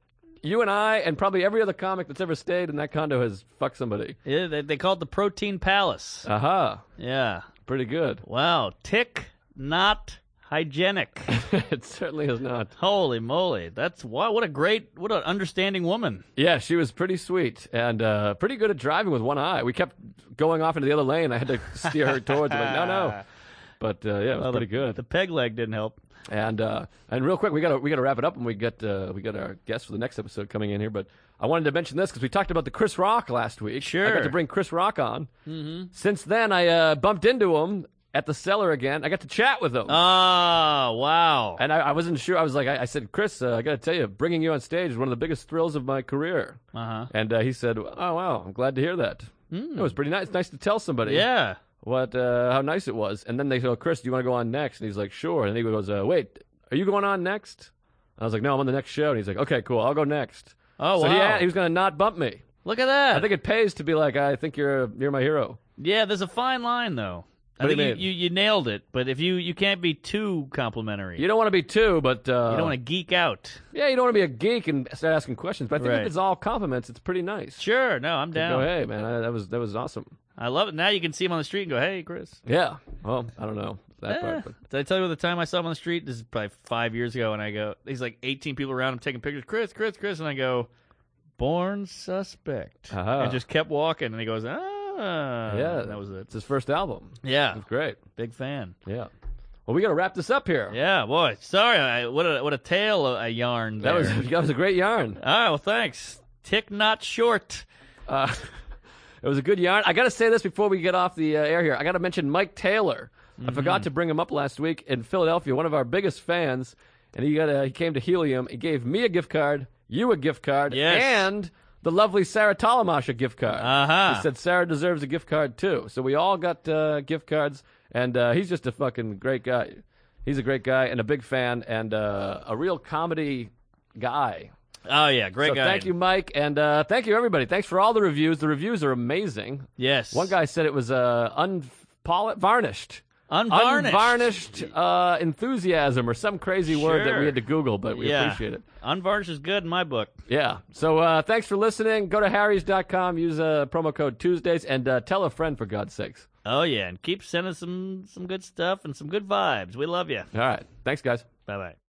Speaker 2: you and I and probably every other comic that's ever stayed in that condo has fucked somebody?
Speaker 3: Yeah, they, they call it the Protein Palace.
Speaker 2: Aha,
Speaker 3: Yeah.
Speaker 2: pretty good.
Speaker 3: Wow. Tick not hygienic.
Speaker 2: it certainly is not.
Speaker 3: Holy moly. That's wow. What a great, what an understanding woman.
Speaker 2: Yeah, she was pretty sweet and uh, pretty good at driving with one eye. We kept going off into the other lane. I had to steer her towards. i like, no, no. But uh, yeah, it was pretty good.
Speaker 3: The peg leg didn't help.
Speaker 2: And uh, and real quick, we got we got to wrap it up, and we got uh, we got our guest for the next episode coming in here. But I wanted to mention this because we talked about the Chris Rock last week. I
Speaker 3: Sure.
Speaker 2: got to bring Chris Rock on. Mm-hmm. Since then, I uh, bumped into him at the cellar again. I got to chat with him.
Speaker 3: Ah, wow.
Speaker 2: and I, I wasn't sure. I was like, I, I said, Chris, uh, I got to tell you, bringing you on stage is one of the biggest thrills of my career.
Speaker 3: Uh-huh. Hmm.
Speaker 2: And uh, he said, Oh wow, I'm glad to hear that. It was pretty nice. Nice to tell somebody.
Speaker 3: Yeah.
Speaker 2: What? Uh, how nice it was. And then they said, oh, Chris, do you want to go on next? And he's like, Sure. And he goes, uh, Wait, are you going on next? And I was like, No, I'm on the next show. And he's like, Okay, cool, I'll go next.
Speaker 3: Oh,
Speaker 2: so he,
Speaker 3: wow.
Speaker 2: had- he was going to not bump me.
Speaker 3: Look at that.
Speaker 2: I think it pays to be like, I think you're you're my hero.
Speaker 3: yeah, there's a fine line, though. I
Speaker 2: What do you
Speaker 3: think
Speaker 2: mean?
Speaker 3: you, you nailed it, but if you, you can't be too complimentary.
Speaker 2: You don't want to be too, but uh,
Speaker 3: You don't want to geek out.
Speaker 2: yeah, you don't want to be a geek and start asking questions. But I think
Speaker 3: Right.
Speaker 2: if it's all compliments, it's pretty nice.
Speaker 3: Sure, no, I'm
Speaker 2: Go,
Speaker 3: down.
Speaker 2: hey, man, I, that was that was awesome.
Speaker 3: I love it. Now you can see him on the street and go, "Hey, Chris."
Speaker 2: Yeah. Well, I don't know that
Speaker 3: Eh,
Speaker 2: part, but
Speaker 3: Did I tell you the time I saw him on the street? This is probably five years ago, and I go, "He's like 18 people around him taking pictures." Chris, Chris, Chris, and I go, "Born suspect,"
Speaker 2: Uh-huh.
Speaker 3: and just kept walking. And he goes, "Ah,
Speaker 2: yeah,
Speaker 3: And that was it."
Speaker 2: It's his first album.
Speaker 3: Yeah,
Speaker 2: It's great.
Speaker 3: big fan.
Speaker 2: Yeah. Well, we got to wrap this up here.
Speaker 3: Yeah, boy. Sorry, I, what a what a tale I yarned.
Speaker 2: That was
Speaker 3: there.
Speaker 2: that was a great yarn.
Speaker 3: All right, well, thanks. Tick not short.
Speaker 2: Uh, it was a good yarn. I got to say this before we get off the uh, air here. I got to mention Mike Taylor. I
Speaker 3: Mm-hmm.
Speaker 2: forgot to bring him up last week in Philadelphia. One of our biggest fans, and he got a, he came to Helium. He gave me a gift card, you a gift card,
Speaker 3: Yes.
Speaker 2: and the lovely Sarah Talamash a gift card.
Speaker 3: Uh-huh.
Speaker 2: He said Sarah deserves a gift card too. So we all got uh, gift cards, and uh, he's just a fucking great guy. He's a great guy and a big fan and uh, a real comedy guy.
Speaker 3: Oh yeah, great
Speaker 2: So
Speaker 3: guy.
Speaker 2: thank you, Mike, and uh, thank you everybody. Thanks for all the reviews. The reviews are amazing.
Speaker 3: Yes.
Speaker 2: One guy said it was uh, unvarnished,
Speaker 3: unvarnished.
Speaker 2: unvarnished uh, enthusiasm or some crazy word that
Speaker 3: Sure.
Speaker 2: we had to Google, but we
Speaker 3: yeah.
Speaker 2: appreciate it.
Speaker 3: Unvarnished is good in my book.
Speaker 2: Yeah. So uh, thanks for listening. Go to Harry's.com. Use uh, promo code Tuesdays and uh, tell a friend for God's sakes.
Speaker 3: Oh yeah, and keep sending some some good stuff and some good vibes. We love you.
Speaker 2: All right. Thanks, guys.
Speaker 3: Bye bye.